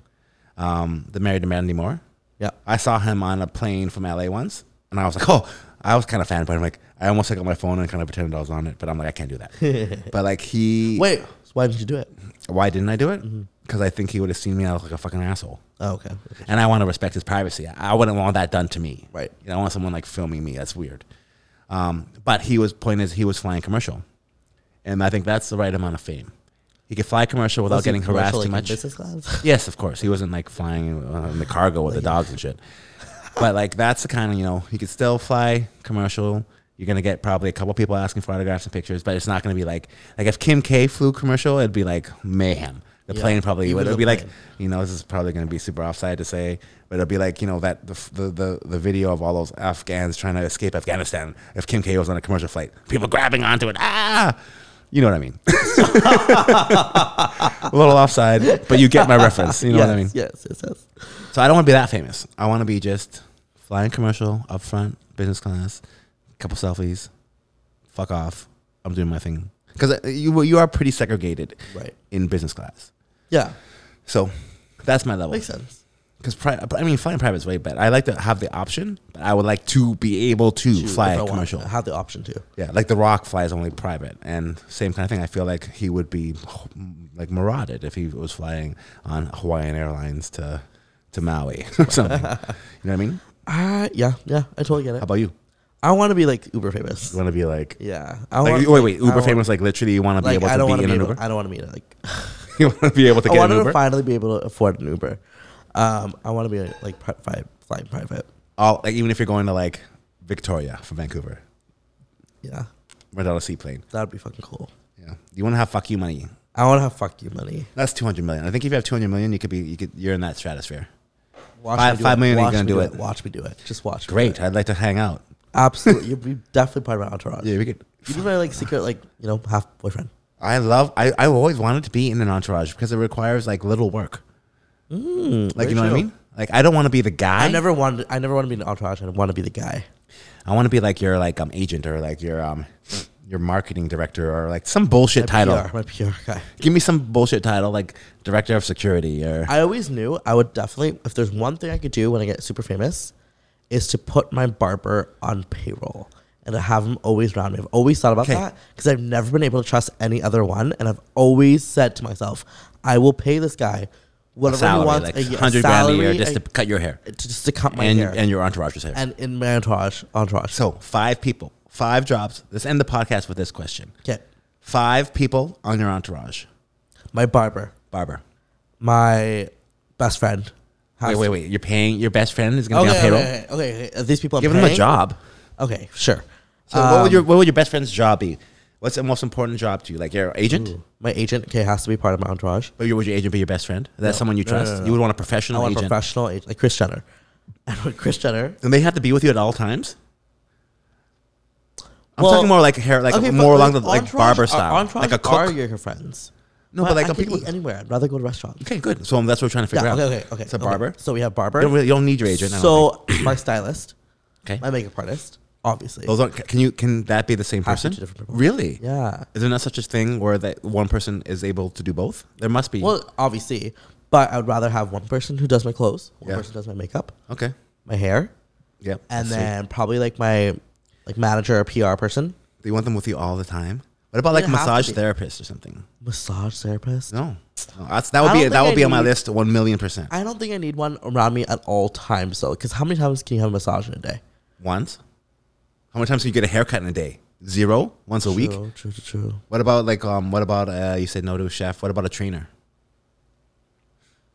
Speaker 2: um, the married to Mandy Moore.
Speaker 1: Yeah.
Speaker 2: I saw him on a plane from LA once, and I was like, oh, I was kind of fanboying. I'm like, I almost took out my phone and kind of pretended I was on it, but I'm like, I can't do that. but like he,
Speaker 1: Wait, so why didn't you do it?
Speaker 2: why didn't I do it?
Speaker 1: Mm-hmm.
Speaker 2: Because I think he would have seen me I look like a fucking asshole.
Speaker 1: Oh, okay.
Speaker 2: And I want to respect his privacy. I I wouldn't want that done to me.
Speaker 1: Right.
Speaker 2: You know, I don't want someone like filming me. That's weird. Um, but he was point is he was flying commercial, and I think that's the right amount of fame. He could fly commercial without
Speaker 1: Was he
Speaker 2: getting harassed
Speaker 1: commercial,
Speaker 2: too
Speaker 1: like, in
Speaker 2: much.
Speaker 1: Business class.
Speaker 2: Yes, of course. He wasn't like flying uh, in the cargo with the dogs and shit. But like that's the kind of you know he could still fly commercial. You're gonna get probably a couple people asking for autographs and pictures, but it's not gonna be like like if Kim K flew commercial, it'd be like mayhem. The
Speaker 1: Yeah.
Speaker 2: plane probably
Speaker 1: Even
Speaker 2: would. It'd
Speaker 1: the
Speaker 2: be like
Speaker 1: plane.
Speaker 2: you know this is probably gonna be super offside to say, but it'll be like you know that the f- the the, the video of all those Afghans trying to escape Afghanistan. If Kim K was on a commercial flight, people grabbing onto it, ah, you know what I mean. a little offside, but you get my reference. You know
Speaker 1: yes,
Speaker 2: what I mean.
Speaker 1: Yes, yes, yes.
Speaker 2: So I don't want to be that famous. I want to be just flying commercial up front, business class, couple selfies, fuck off. I'm doing my thing because you well, you are pretty segregated
Speaker 1: Right.
Speaker 2: in business class.
Speaker 1: Yeah,
Speaker 2: So that's my level.
Speaker 1: makes sense.
Speaker 2: Because pri- I mean, flying private is way better. I like to have the option, but I would like to be able to
Speaker 1: Shoot,
Speaker 2: fly
Speaker 1: if I wanted
Speaker 2: commercial.
Speaker 1: to, I had the option to.
Speaker 2: Yeah, like The Rock flies only private, and same kind of thing. I feel like he would be like marauded if he was flying on Hawaiian Airlines to to Maui or something. you know what I mean?
Speaker 1: Ah, yeah, yeah. I totally get
Speaker 2: How
Speaker 1: it.
Speaker 2: about you?
Speaker 1: I want to be like uber famous.
Speaker 2: You want to be like,
Speaker 1: Yeah. I
Speaker 2: like,
Speaker 1: want-
Speaker 2: wait, wait,
Speaker 1: I
Speaker 2: Uber
Speaker 1: want-
Speaker 2: famous? Like literally, you want to be
Speaker 1: Like,
Speaker 2: able
Speaker 1: I don't
Speaker 2: to
Speaker 1: want
Speaker 2: be
Speaker 1: to
Speaker 2: in
Speaker 1: be. Able,
Speaker 2: an Uber?
Speaker 1: I don't want to be in it, like.
Speaker 2: you want to be able to
Speaker 1: I
Speaker 2: get an
Speaker 1: wanted to
Speaker 2: Uber?
Speaker 1: finally be able to afford an Uber. Um, I want to be like pri- fi- flying private.
Speaker 2: All, like even if you're going to like Victoria from Vancouver,
Speaker 1: Yeah,
Speaker 2: rent out a seaplane.
Speaker 1: that'd be fucking cool.
Speaker 2: Yeah, you want to have fuck you money.
Speaker 1: I want to have fuck you money.
Speaker 2: That's two hundred million. I think if you have two hundred million, you could be you could you're in that stratosphere.
Speaker 1: Watch
Speaker 2: Five-
Speaker 1: me do
Speaker 2: five
Speaker 1: it.
Speaker 2: million ain't
Speaker 1: Watch
Speaker 2: gonna
Speaker 1: me
Speaker 2: do it.
Speaker 1: Watch me do it. Just watch. me do
Speaker 2: Great.
Speaker 1: it.
Speaker 2: I'd like to hang out.
Speaker 1: Absolutely, you'd be definitely part of my entourage.
Speaker 2: Yeah, we could.
Speaker 1: You'd be my like secret, like you know, half boyfriend.
Speaker 2: I love. I I always wanted to be in an entourage because it requires like little work. like
Speaker 1: very
Speaker 2: you know what I
Speaker 1: true.
Speaker 2: mean? Like I don't want to be the guy.
Speaker 1: Mm, I never wanted. I never want to be an entourage. I want to be the guy.
Speaker 2: I want to be like your like um agent or like your um your marketing director or like some bullshit title.
Speaker 1: PR, my PR guy.
Speaker 2: Give me some bullshit title like director of security or
Speaker 1: I always knew I would definitely. If there's one thing I could do when I get super famous, is to put my barber on payroll and I have them always around me. I've always thought about
Speaker 2: 'Kay.
Speaker 1: that because I've never been able to trust any other one, and I've always said to myself, I will pay this guy whatever
Speaker 3: salary,
Speaker 1: he wants,
Speaker 3: like
Speaker 1: a ye- a
Speaker 3: hundred grand a year,
Speaker 1: salary,
Speaker 3: just to
Speaker 1: a-
Speaker 3: cut your hair
Speaker 1: to just to cut my
Speaker 3: and
Speaker 1: hair
Speaker 3: and your entourage's hair.
Speaker 1: and in my entourage, entourage.
Speaker 2: So five people, five jobs. Let's end the podcast with this question.
Speaker 1: okay,
Speaker 2: Five people on your entourage.
Speaker 1: my barber,
Speaker 2: Barber.
Speaker 1: my best friend.
Speaker 3: wait,
Speaker 1: has-
Speaker 3: wait, wait! You're paying your best friend is going to
Speaker 1: Okay,
Speaker 3: be on payroll.
Speaker 1: okay, okay, okay, okay. These people, I'm
Speaker 3: Give
Speaker 1: paying? Um,
Speaker 3: him a job.
Speaker 1: Okay, sure.
Speaker 2: So what would your what would your best friend's job be? What's the most important job to you? Like your agent?
Speaker 1: My agent, okay, has to be part of my entourage.
Speaker 2: Or your, would your agent be your best friend? That's someone you
Speaker 1: No, no,
Speaker 2: trust.
Speaker 1: no,
Speaker 2: You would
Speaker 1: no.
Speaker 2: want a
Speaker 1: I
Speaker 2: professional
Speaker 1: want a
Speaker 2: agent,
Speaker 1: professional agent, like Chris Jenner. And with Chris Jenner,
Speaker 2: and they have to be with you at all times. I'm
Speaker 1: Well,
Speaker 2: talking more like hair, like
Speaker 1: Okay,
Speaker 2: more
Speaker 1: but,
Speaker 2: along the like
Speaker 1: entourage-
Speaker 2: barber
Speaker 1: uh,
Speaker 2: style,
Speaker 1: entourage
Speaker 2: like a
Speaker 1: Are
Speaker 2: cook.
Speaker 1: your friends?
Speaker 2: No, but like
Speaker 1: I
Speaker 2: a
Speaker 1: could
Speaker 2: people.
Speaker 1: eat anywhere. I'd rather go to restaurants.
Speaker 2: Okay, good. So that's what we're trying to figure
Speaker 1: Yeah.
Speaker 2: out.
Speaker 1: Okay. Okay. Okay.
Speaker 2: So
Speaker 1: okay.
Speaker 2: barber.
Speaker 1: So we have
Speaker 2: You
Speaker 1: barber.
Speaker 2: don't, really, you don't need your agent. I don't
Speaker 1: so my stylist,
Speaker 2: think.
Speaker 1: my
Speaker 2: okay,
Speaker 1: makeup artist, obviously.
Speaker 2: those are, can you can that be the same
Speaker 1: Has to
Speaker 2: person?
Speaker 1: be two different people.
Speaker 2: Really?
Speaker 1: yeah.
Speaker 2: Is there not such a thing where that one person is able to do both? There must be.
Speaker 1: Well, obviously, but I'd rather have one person who does my clothes, one
Speaker 2: Yeah.
Speaker 1: person does my makeup,
Speaker 2: okay.
Speaker 1: my hair,
Speaker 2: Yeah.
Speaker 1: and
Speaker 2: Sweet.
Speaker 1: then probably like my like manager or PR person,
Speaker 2: do you want them with you all the time? What about like a
Speaker 1: Doesn't have to
Speaker 2: massage
Speaker 1: be.
Speaker 2: therapist or something?
Speaker 1: massage therapist.
Speaker 2: No, no that's, that would
Speaker 1: I
Speaker 2: be
Speaker 1: don't
Speaker 2: that
Speaker 1: think
Speaker 2: would
Speaker 1: I
Speaker 2: be on my
Speaker 1: need-
Speaker 2: list one million percent.
Speaker 1: I don't think I need one around me at all times though, because how many times can you have a massage in a day?
Speaker 2: Once. How many times can you get a haircut in a day? Zero. Once a week.
Speaker 1: True, true, true, true.
Speaker 2: What about like um? What about uh? You said no to a chef. What about a trainer?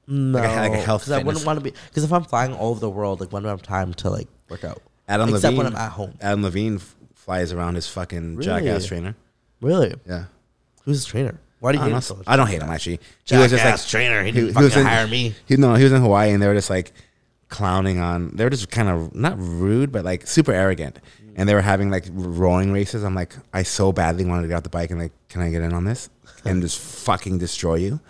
Speaker 1: No,
Speaker 2: a- like a health
Speaker 1: 'cause I wouldn't
Speaker 2: fitness.
Speaker 1: want to be. Because if I'm flying all over the world, like when do I have time to like work out?
Speaker 2: Adam
Speaker 1: Except
Speaker 2: Levine.
Speaker 1: when I'm at home.
Speaker 2: Adam Levine f- flies around his fucking jackass
Speaker 1: Really?
Speaker 2: trainer.
Speaker 1: Really?
Speaker 2: Yeah.
Speaker 1: Who's the trainer? Why do you
Speaker 2: I
Speaker 1: hate
Speaker 2: don't, know.
Speaker 1: him so much?
Speaker 2: I don't hate him actually.
Speaker 1: Jackass trainer, he didn't fucking hire me.
Speaker 2: He, no, he was in Hawaii and they were just like clowning on. They were just kind of not rude, but like super arrogant. And they were having like roaring races. I'm like, I so badly wanted to get off the bike and like, can I get in on this and just fucking destroy you?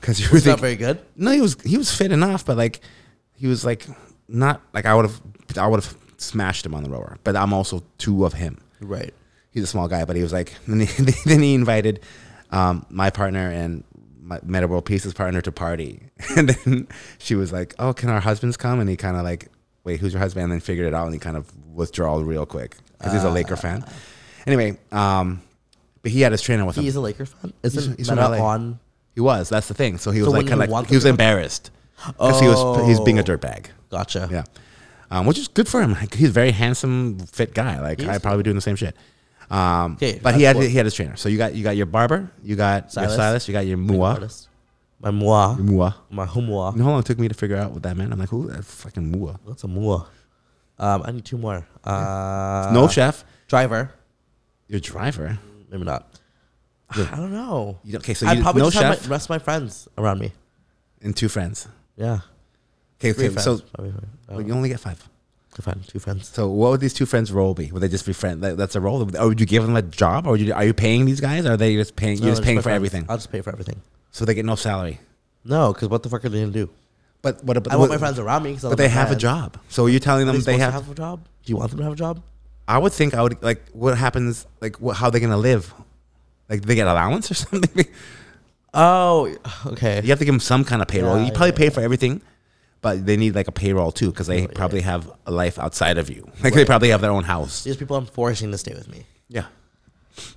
Speaker 2: Because you were
Speaker 1: He's not
Speaker 2: thinking,
Speaker 1: very good.
Speaker 2: no, he was he was fit enough, but like he was like not like I would have I would have smashed him on the rower. But I'm also two of him
Speaker 1: Right.
Speaker 2: he's a small guy, but he was like, then he, then he invited um, my partner and my Meta World Peace's partner to party. And then she was like, oh, can our husbands come? And he kind of like, wait, who's your husband? And then figured it out and he kind of withdrawed real quick because
Speaker 1: Ah.
Speaker 2: he's a Laker fan. Anyway, um, but he had his trainer with him.
Speaker 1: He's a Laker fan. Isn't
Speaker 2: he's
Speaker 1: he's,
Speaker 2: from LA.
Speaker 1: on?
Speaker 2: he was, that's the thing. So he was
Speaker 1: So
Speaker 2: like,
Speaker 1: wouldn't
Speaker 2: kind
Speaker 1: he
Speaker 2: of like,
Speaker 1: want
Speaker 2: he was
Speaker 1: them to-
Speaker 2: embarrassed because he was, he's being a
Speaker 1: Oh.
Speaker 2: dirtbag.
Speaker 1: Gotcha.
Speaker 2: Yeah. Um, which is good for him. Like, he's a very handsome, fit guy. Like
Speaker 1: He is
Speaker 2: I'd probably doing the same shit. Um,
Speaker 1: Okay,
Speaker 2: but he
Speaker 1: that's
Speaker 2: had
Speaker 1: what-
Speaker 2: he had his trainer. So you got you got your barber, you got your
Speaker 1: Stylist.
Speaker 2: stylist, you got your mua,
Speaker 1: Artist. My moi.
Speaker 2: mua.
Speaker 1: My humwa.
Speaker 2: You know how long it took me to figure out what that meant? I'm like, who that fucking mua?
Speaker 1: That's a moi. Um, I need two more. Uh,
Speaker 2: no chef,
Speaker 1: driver.
Speaker 2: your driver.
Speaker 1: Maybe not. I don't know.
Speaker 2: You don't- okay, so
Speaker 1: I'd
Speaker 2: you
Speaker 1: probably
Speaker 2: no
Speaker 1: just have
Speaker 2: chef
Speaker 1: my, rest of my friends around me.
Speaker 2: and two friends.
Speaker 1: Yeah.
Speaker 2: Okay,
Speaker 1: Three
Speaker 2: okay,
Speaker 1: friends.
Speaker 2: so
Speaker 1: probably. I
Speaker 2: well,
Speaker 1: don't
Speaker 2: you only get five.
Speaker 1: know. Fine, two friends.
Speaker 2: So what would these two friends' role be? Would they just be friends? That, that's a role. Or would you give them a job? Or would you, are you paying these guys? Or are they just paying?
Speaker 1: No,
Speaker 2: You're just
Speaker 1: just
Speaker 2: paying
Speaker 1: my
Speaker 2: for
Speaker 1: friends.
Speaker 2: everything.
Speaker 1: I'll just pay for everything.
Speaker 2: So they get no salary.
Speaker 1: No, because what the fuck are they gonna do?
Speaker 2: But what about
Speaker 1: I want
Speaker 2: what-
Speaker 1: my friends around me. 'cause I
Speaker 2: But
Speaker 1: love
Speaker 2: they
Speaker 1: my
Speaker 2: have a
Speaker 1: friends.
Speaker 2: job. So you're telling
Speaker 1: Are
Speaker 2: them
Speaker 1: they, supposed
Speaker 2: they,
Speaker 1: to
Speaker 2: have,
Speaker 1: have a job? Do you want them to have a job?
Speaker 2: I would think I would like what happens like what, how they going to live? Like they get allowance or something?
Speaker 1: Oh, okay.
Speaker 2: you have to give them some kind of payroll.
Speaker 1: Yeah,
Speaker 2: you probably
Speaker 1: yeah, Oh,
Speaker 2: pay for everything, but they need like a payroll too cuz they
Speaker 1: Yeah, yeah.
Speaker 2: probably have a life outside of you. Like they probably have their own house.
Speaker 1: These people I'm forcing to stay with me.
Speaker 2: Yeah.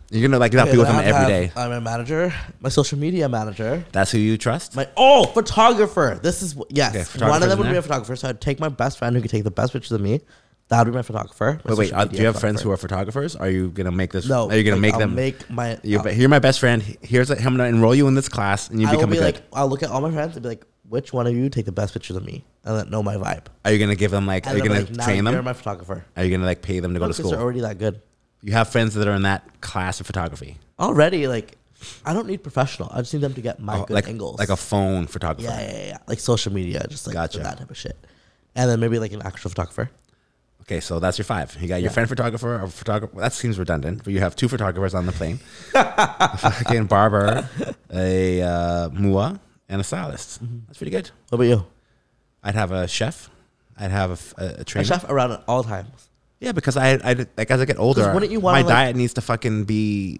Speaker 2: You're going to like not
Speaker 1: Okay,
Speaker 2: be with
Speaker 1: then
Speaker 2: them
Speaker 1: I
Speaker 2: every
Speaker 1: have-
Speaker 2: day.
Speaker 1: I'm a manager, my social media manager,
Speaker 2: That's who you trust?
Speaker 1: my oh photographer. This is
Speaker 2: Okay,
Speaker 1: yes. One of
Speaker 2: photographer's
Speaker 1: them would
Speaker 2: in
Speaker 1: be
Speaker 2: there?
Speaker 1: a photographer, so I'd take my best friend who could take the best pictures of me. That would be my photographer.
Speaker 2: But wait, uh, do you have friends who are photographers? Are you going to make this
Speaker 1: No,
Speaker 2: are you going
Speaker 1: like,
Speaker 2: to make
Speaker 1: I'll
Speaker 2: them
Speaker 1: make my?
Speaker 2: you're,
Speaker 1: I'll-
Speaker 2: but you're my best friend. Here's a, I'm going to enroll you in this class and you
Speaker 1: I will
Speaker 2: become a
Speaker 1: be
Speaker 2: good.
Speaker 1: like, I'll look at all my friends and be like, which one of you take the best pictures of me, and let know my vibe.
Speaker 2: are you going to give them like
Speaker 1: And
Speaker 2: are you
Speaker 1: then
Speaker 2: going
Speaker 1: I'm
Speaker 2: to
Speaker 1: now
Speaker 2: train them?
Speaker 1: You're my photographer.
Speaker 2: Are you gonna like pay them to go
Speaker 1: No,
Speaker 2: to
Speaker 1: 'cause They're
Speaker 2: school?
Speaker 1: already that good.
Speaker 2: You have friends that are in that class of photography,
Speaker 1: Already, like, I don't need professional. I just need them to get my
Speaker 2: Oh,
Speaker 1: good
Speaker 2: like
Speaker 1: angles.
Speaker 2: like a phone photographer.
Speaker 1: yeah, yeah, yeah, yeah. Like social media, just like
Speaker 2: Gotcha.
Speaker 1: that type of shit. And then maybe like an actual photographer.
Speaker 2: Okay, so that's your five. You got your
Speaker 1: Yeah.
Speaker 2: friend photographer or photographer. That seems redundant, but you have two photographers on the plane. a fucking barber, a uh, mua, and a stylist.
Speaker 1: Mm-hmm.
Speaker 2: That's pretty good.
Speaker 1: What about you?
Speaker 2: I'd have a chef. I'd have a f- a, a
Speaker 1: A
Speaker 2: trainer.
Speaker 1: chef around at all times.
Speaker 2: Yeah, because I, I like as I get older,
Speaker 1: 'Cause wouldn't you
Speaker 2: my
Speaker 1: wanna, like-
Speaker 2: diet needs to fucking be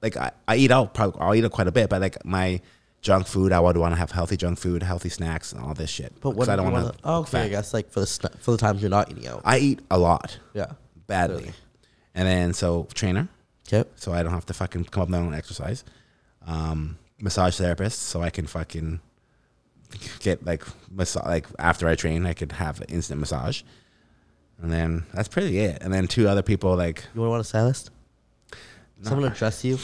Speaker 2: like I, I eat out probably I'll eat out quite a bit, but like my junk food, I would want to have healthy junk food, healthy snacks, and all this shit.
Speaker 1: But
Speaker 2: 'Cause
Speaker 1: what oh,
Speaker 2: I don't
Speaker 1: want
Speaker 2: want
Speaker 1: to? Oh, okay. I guess like for the sna- for the times you're not eating out.
Speaker 2: I eat a lot
Speaker 1: Yeah.
Speaker 2: badly,
Speaker 1: Really?
Speaker 2: And then so trainer,
Speaker 1: Yep.
Speaker 2: so I don't have to fucking come up with my own exercise. Um, massage therapist, so I can fucking get like massage. Like after I train, I could have an instant massage. And then that's pretty it. And then two other people, like
Speaker 1: You want a stylist? Someone to dress you?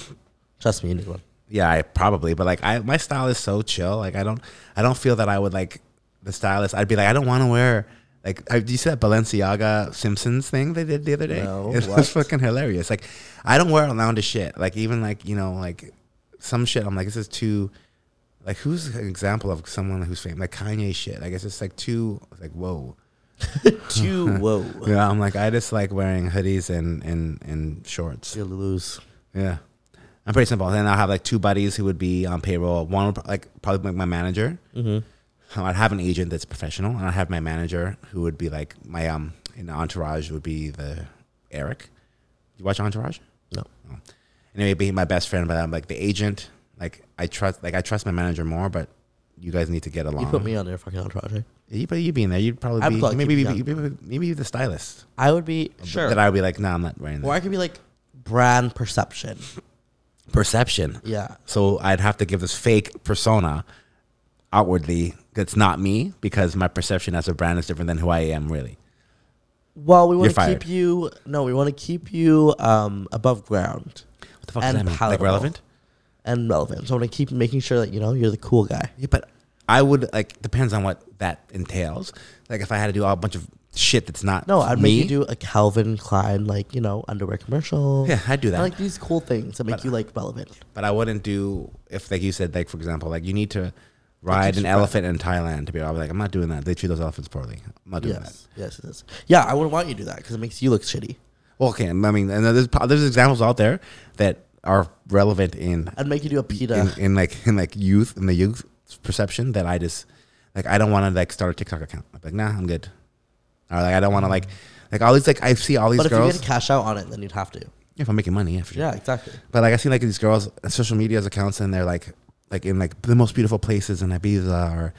Speaker 1: Trust me, you need one.
Speaker 2: yeah, I probably, but like I my style is so chill. Like I don't I don't feel that I would like the stylist. I'd be like I don't want to wear like I, do you see that Balenciaga Simpsons thing they did the other day?
Speaker 1: No,
Speaker 2: it
Speaker 1: what?
Speaker 2: was fucking hilarious. Like I don't wear outlandish shit. Like even like you know like some shit. I'm like this is too. Like who's an example of someone who's famous? Like Kanye shit. Like it's just like too like whoa.
Speaker 1: Two, whoa.
Speaker 2: Yeah, I'm like I just like wearing hoodies and and and shorts.
Speaker 1: You lose.
Speaker 2: Yeah. I'm pretty simple. Then I'll have like two buddies who would be on payroll. One would pro- like probably like my manager. Mm-hmm. I'd have an agent that's professional, and I'd have my manager who would be like my um in entourage would be the Eric. You watch Entourage?
Speaker 1: No.
Speaker 2: No. Anyway, be my best friend, but I'm like the agent. Like I trust, like I trust my manager more, but you guys need to get along.
Speaker 1: You put me on there fucking entourage. right?
Speaker 2: You, but you being there, you'd probably
Speaker 1: I'd
Speaker 2: be,
Speaker 1: probably
Speaker 2: maybe
Speaker 1: keep
Speaker 2: be,
Speaker 1: you
Speaker 2: maybe, maybe the stylist.
Speaker 1: I would be sure.
Speaker 2: That I would be like, nah, I'm not wearing that.
Speaker 1: or I could be like brand perception.
Speaker 2: Perception.
Speaker 1: Yeah.
Speaker 2: So I'd have to give this fake persona outwardly that's not me because my perception as a brand is different than who I am really.
Speaker 1: Well, we want to
Speaker 2: fired.
Speaker 1: keep you. No, we want to keep you um, above ground
Speaker 2: What the fuck
Speaker 1: And
Speaker 2: does that mean? Oh, Like
Speaker 1: palatable.
Speaker 2: relevant?
Speaker 1: and relevant. So I want to keep making sure that you know you're the cool guy.
Speaker 2: Yeah, but I would like depends on what that entails. Like if I had to do a bunch of shit that's not
Speaker 1: No, I'd
Speaker 2: me,
Speaker 1: make you do a Calvin Klein like you know underwear commercial.
Speaker 2: Yeah, I'd do
Speaker 1: And,
Speaker 2: that.
Speaker 1: like these cool things that make you like relevant.
Speaker 2: but I wouldn't do if like you said like for example like you need to ride an elephant in Thailand to be I'll be like I'm not doing that. They treat those elephants poorly. I'm not doing that.
Speaker 1: Yes, yes, it is. Yeah, I wouldn't want you to do that because it makes you look shitty.
Speaker 2: Well, okay, I mean, and there's there's examples out there that are relevant in
Speaker 1: I'd make you do a pita.
Speaker 2: in, in like in like youth in the youth perception that I just like I don't want to like start a TikTok account. I'm like, nah, I'm good. Or like I don't want to like like all these like I see all these
Speaker 1: Mm. but if you
Speaker 2: girls.
Speaker 1: get a cash out on it, then you'd have to.
Speaker 2: if I'm making money, yeah, for sure.
Speaker 1: Yeah, exactly.
Speaker 2: But like I see like these girls on social media accounts and they're like like in like the most beautiful places in Ibiza or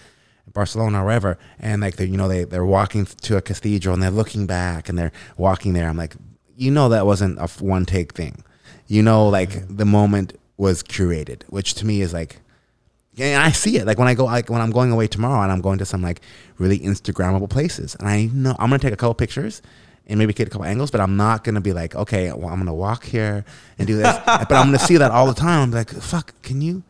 Speaker 2: Barcelona or wherever, and like they you know they they're walking to a cathedral and they're looking back and they're walking there. I'm like, you know that wasn't a one take thing. You know,
Speaker 1: Mm.
Speaker 2: like the moment was curated, which to me is like and I see it. Like when I go, like when I'm going away tomorrow, and I'm going to some like really Instagrammable places, and I know I'm gonna take a couple pictures and maybe get a couple angles, but I'm not gonna be like, okay, well, I'm gonna walk here and do this. but I'm gonna see that all the time. I'm like, fuck, can you?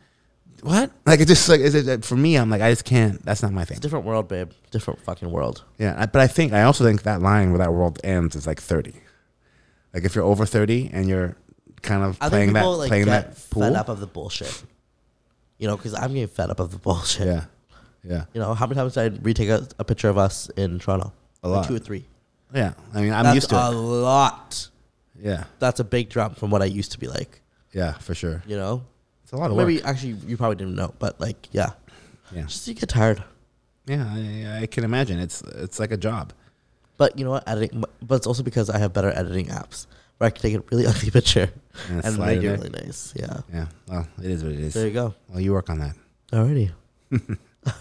Speaker 2: What? Like it just like is it, for me? I'm like, I just can't. That's not my thing.
Speaker 1: Different world, babe. Different fucking world.
Speaker 2: Yeah, I- but I think I also think that line where that world ends is like 30. Like if you're over 30 and you're kind of
Speaker 1: I
Speaker 2: playing
Speaker 1: think
Speaker 2: that
Speaker 1: people like
Speaker 2: playing
Speaker 1: get
Speaker 2: that pool.
Speaker 1: fed up of the bullshit. You know, because I'm getting fed up of the bullshit.
Speaker 2: yeah, yeah.
Speaker 1: You know, how many times did I retake a, a picture of us in Toronto?
Speaker 2: A
Speaker 1: Like
Speaker 2: lot.
Speaker 1: two or three.
Speaker 2: Yeah, I mean, I'm
Speaker 1: That's
Speaker 2: used to
Speaker 1: a
Speaker 2: it.
Speaker 1: lot.
Speaker 2: Yeah,
Speaker 1: That's a big jump from what I used to be like.
Speaker 2: yeah, for sure.
Speaker 1: You know,
Speaker 2: It's a lot of
Speaker 1: maybe
Speaker 2: work.
Speaker 1: actually you probably didn't know, but like, yeah,
Speaker 2: Yeah,
Speaker 1: just you get tired.
Speaker 2: yeah, I, I can imagine. It's it's like a job.
Speaker 1: But you know what, editing. But it's also because I have better editing apps where I can take a really ugly picture
Speaker 2: And
Speaker 1: and
Speaker 2: slide
Speaker 1: make
Speaker 2: it
Speaker 1: it
Speaker 2: in.
Speaker 1: really nice. Yeah.
Speaker 2: Yeah. Well, it is what it
Speaker 1: There
Speaker 2: is.
Speaker 1: you go.
Speaker 2: Well, you work on that.
Speaker 1: Alrighty.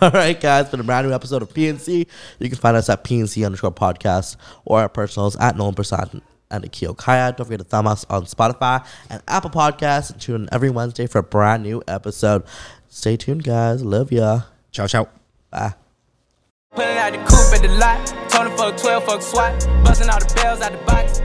Speaker 1: All right, guys, for the brand new episode of PNC, you can find us at PNC underscore podcast or our personals at Nolan Persan and Akio Kaya. Don't forget to thumb us on Spotify and Apple Podcasts and tune in every Wednesday for a brand new episode. Stay tuned, guys. Love ya.
Speaker 2: Ciao, ciao.
Speaker 1: Bye.
Speaker 4: Pulling out the coupe at the lot. Tony fuck 12, fuck SWAT. Busting all the bells out the box.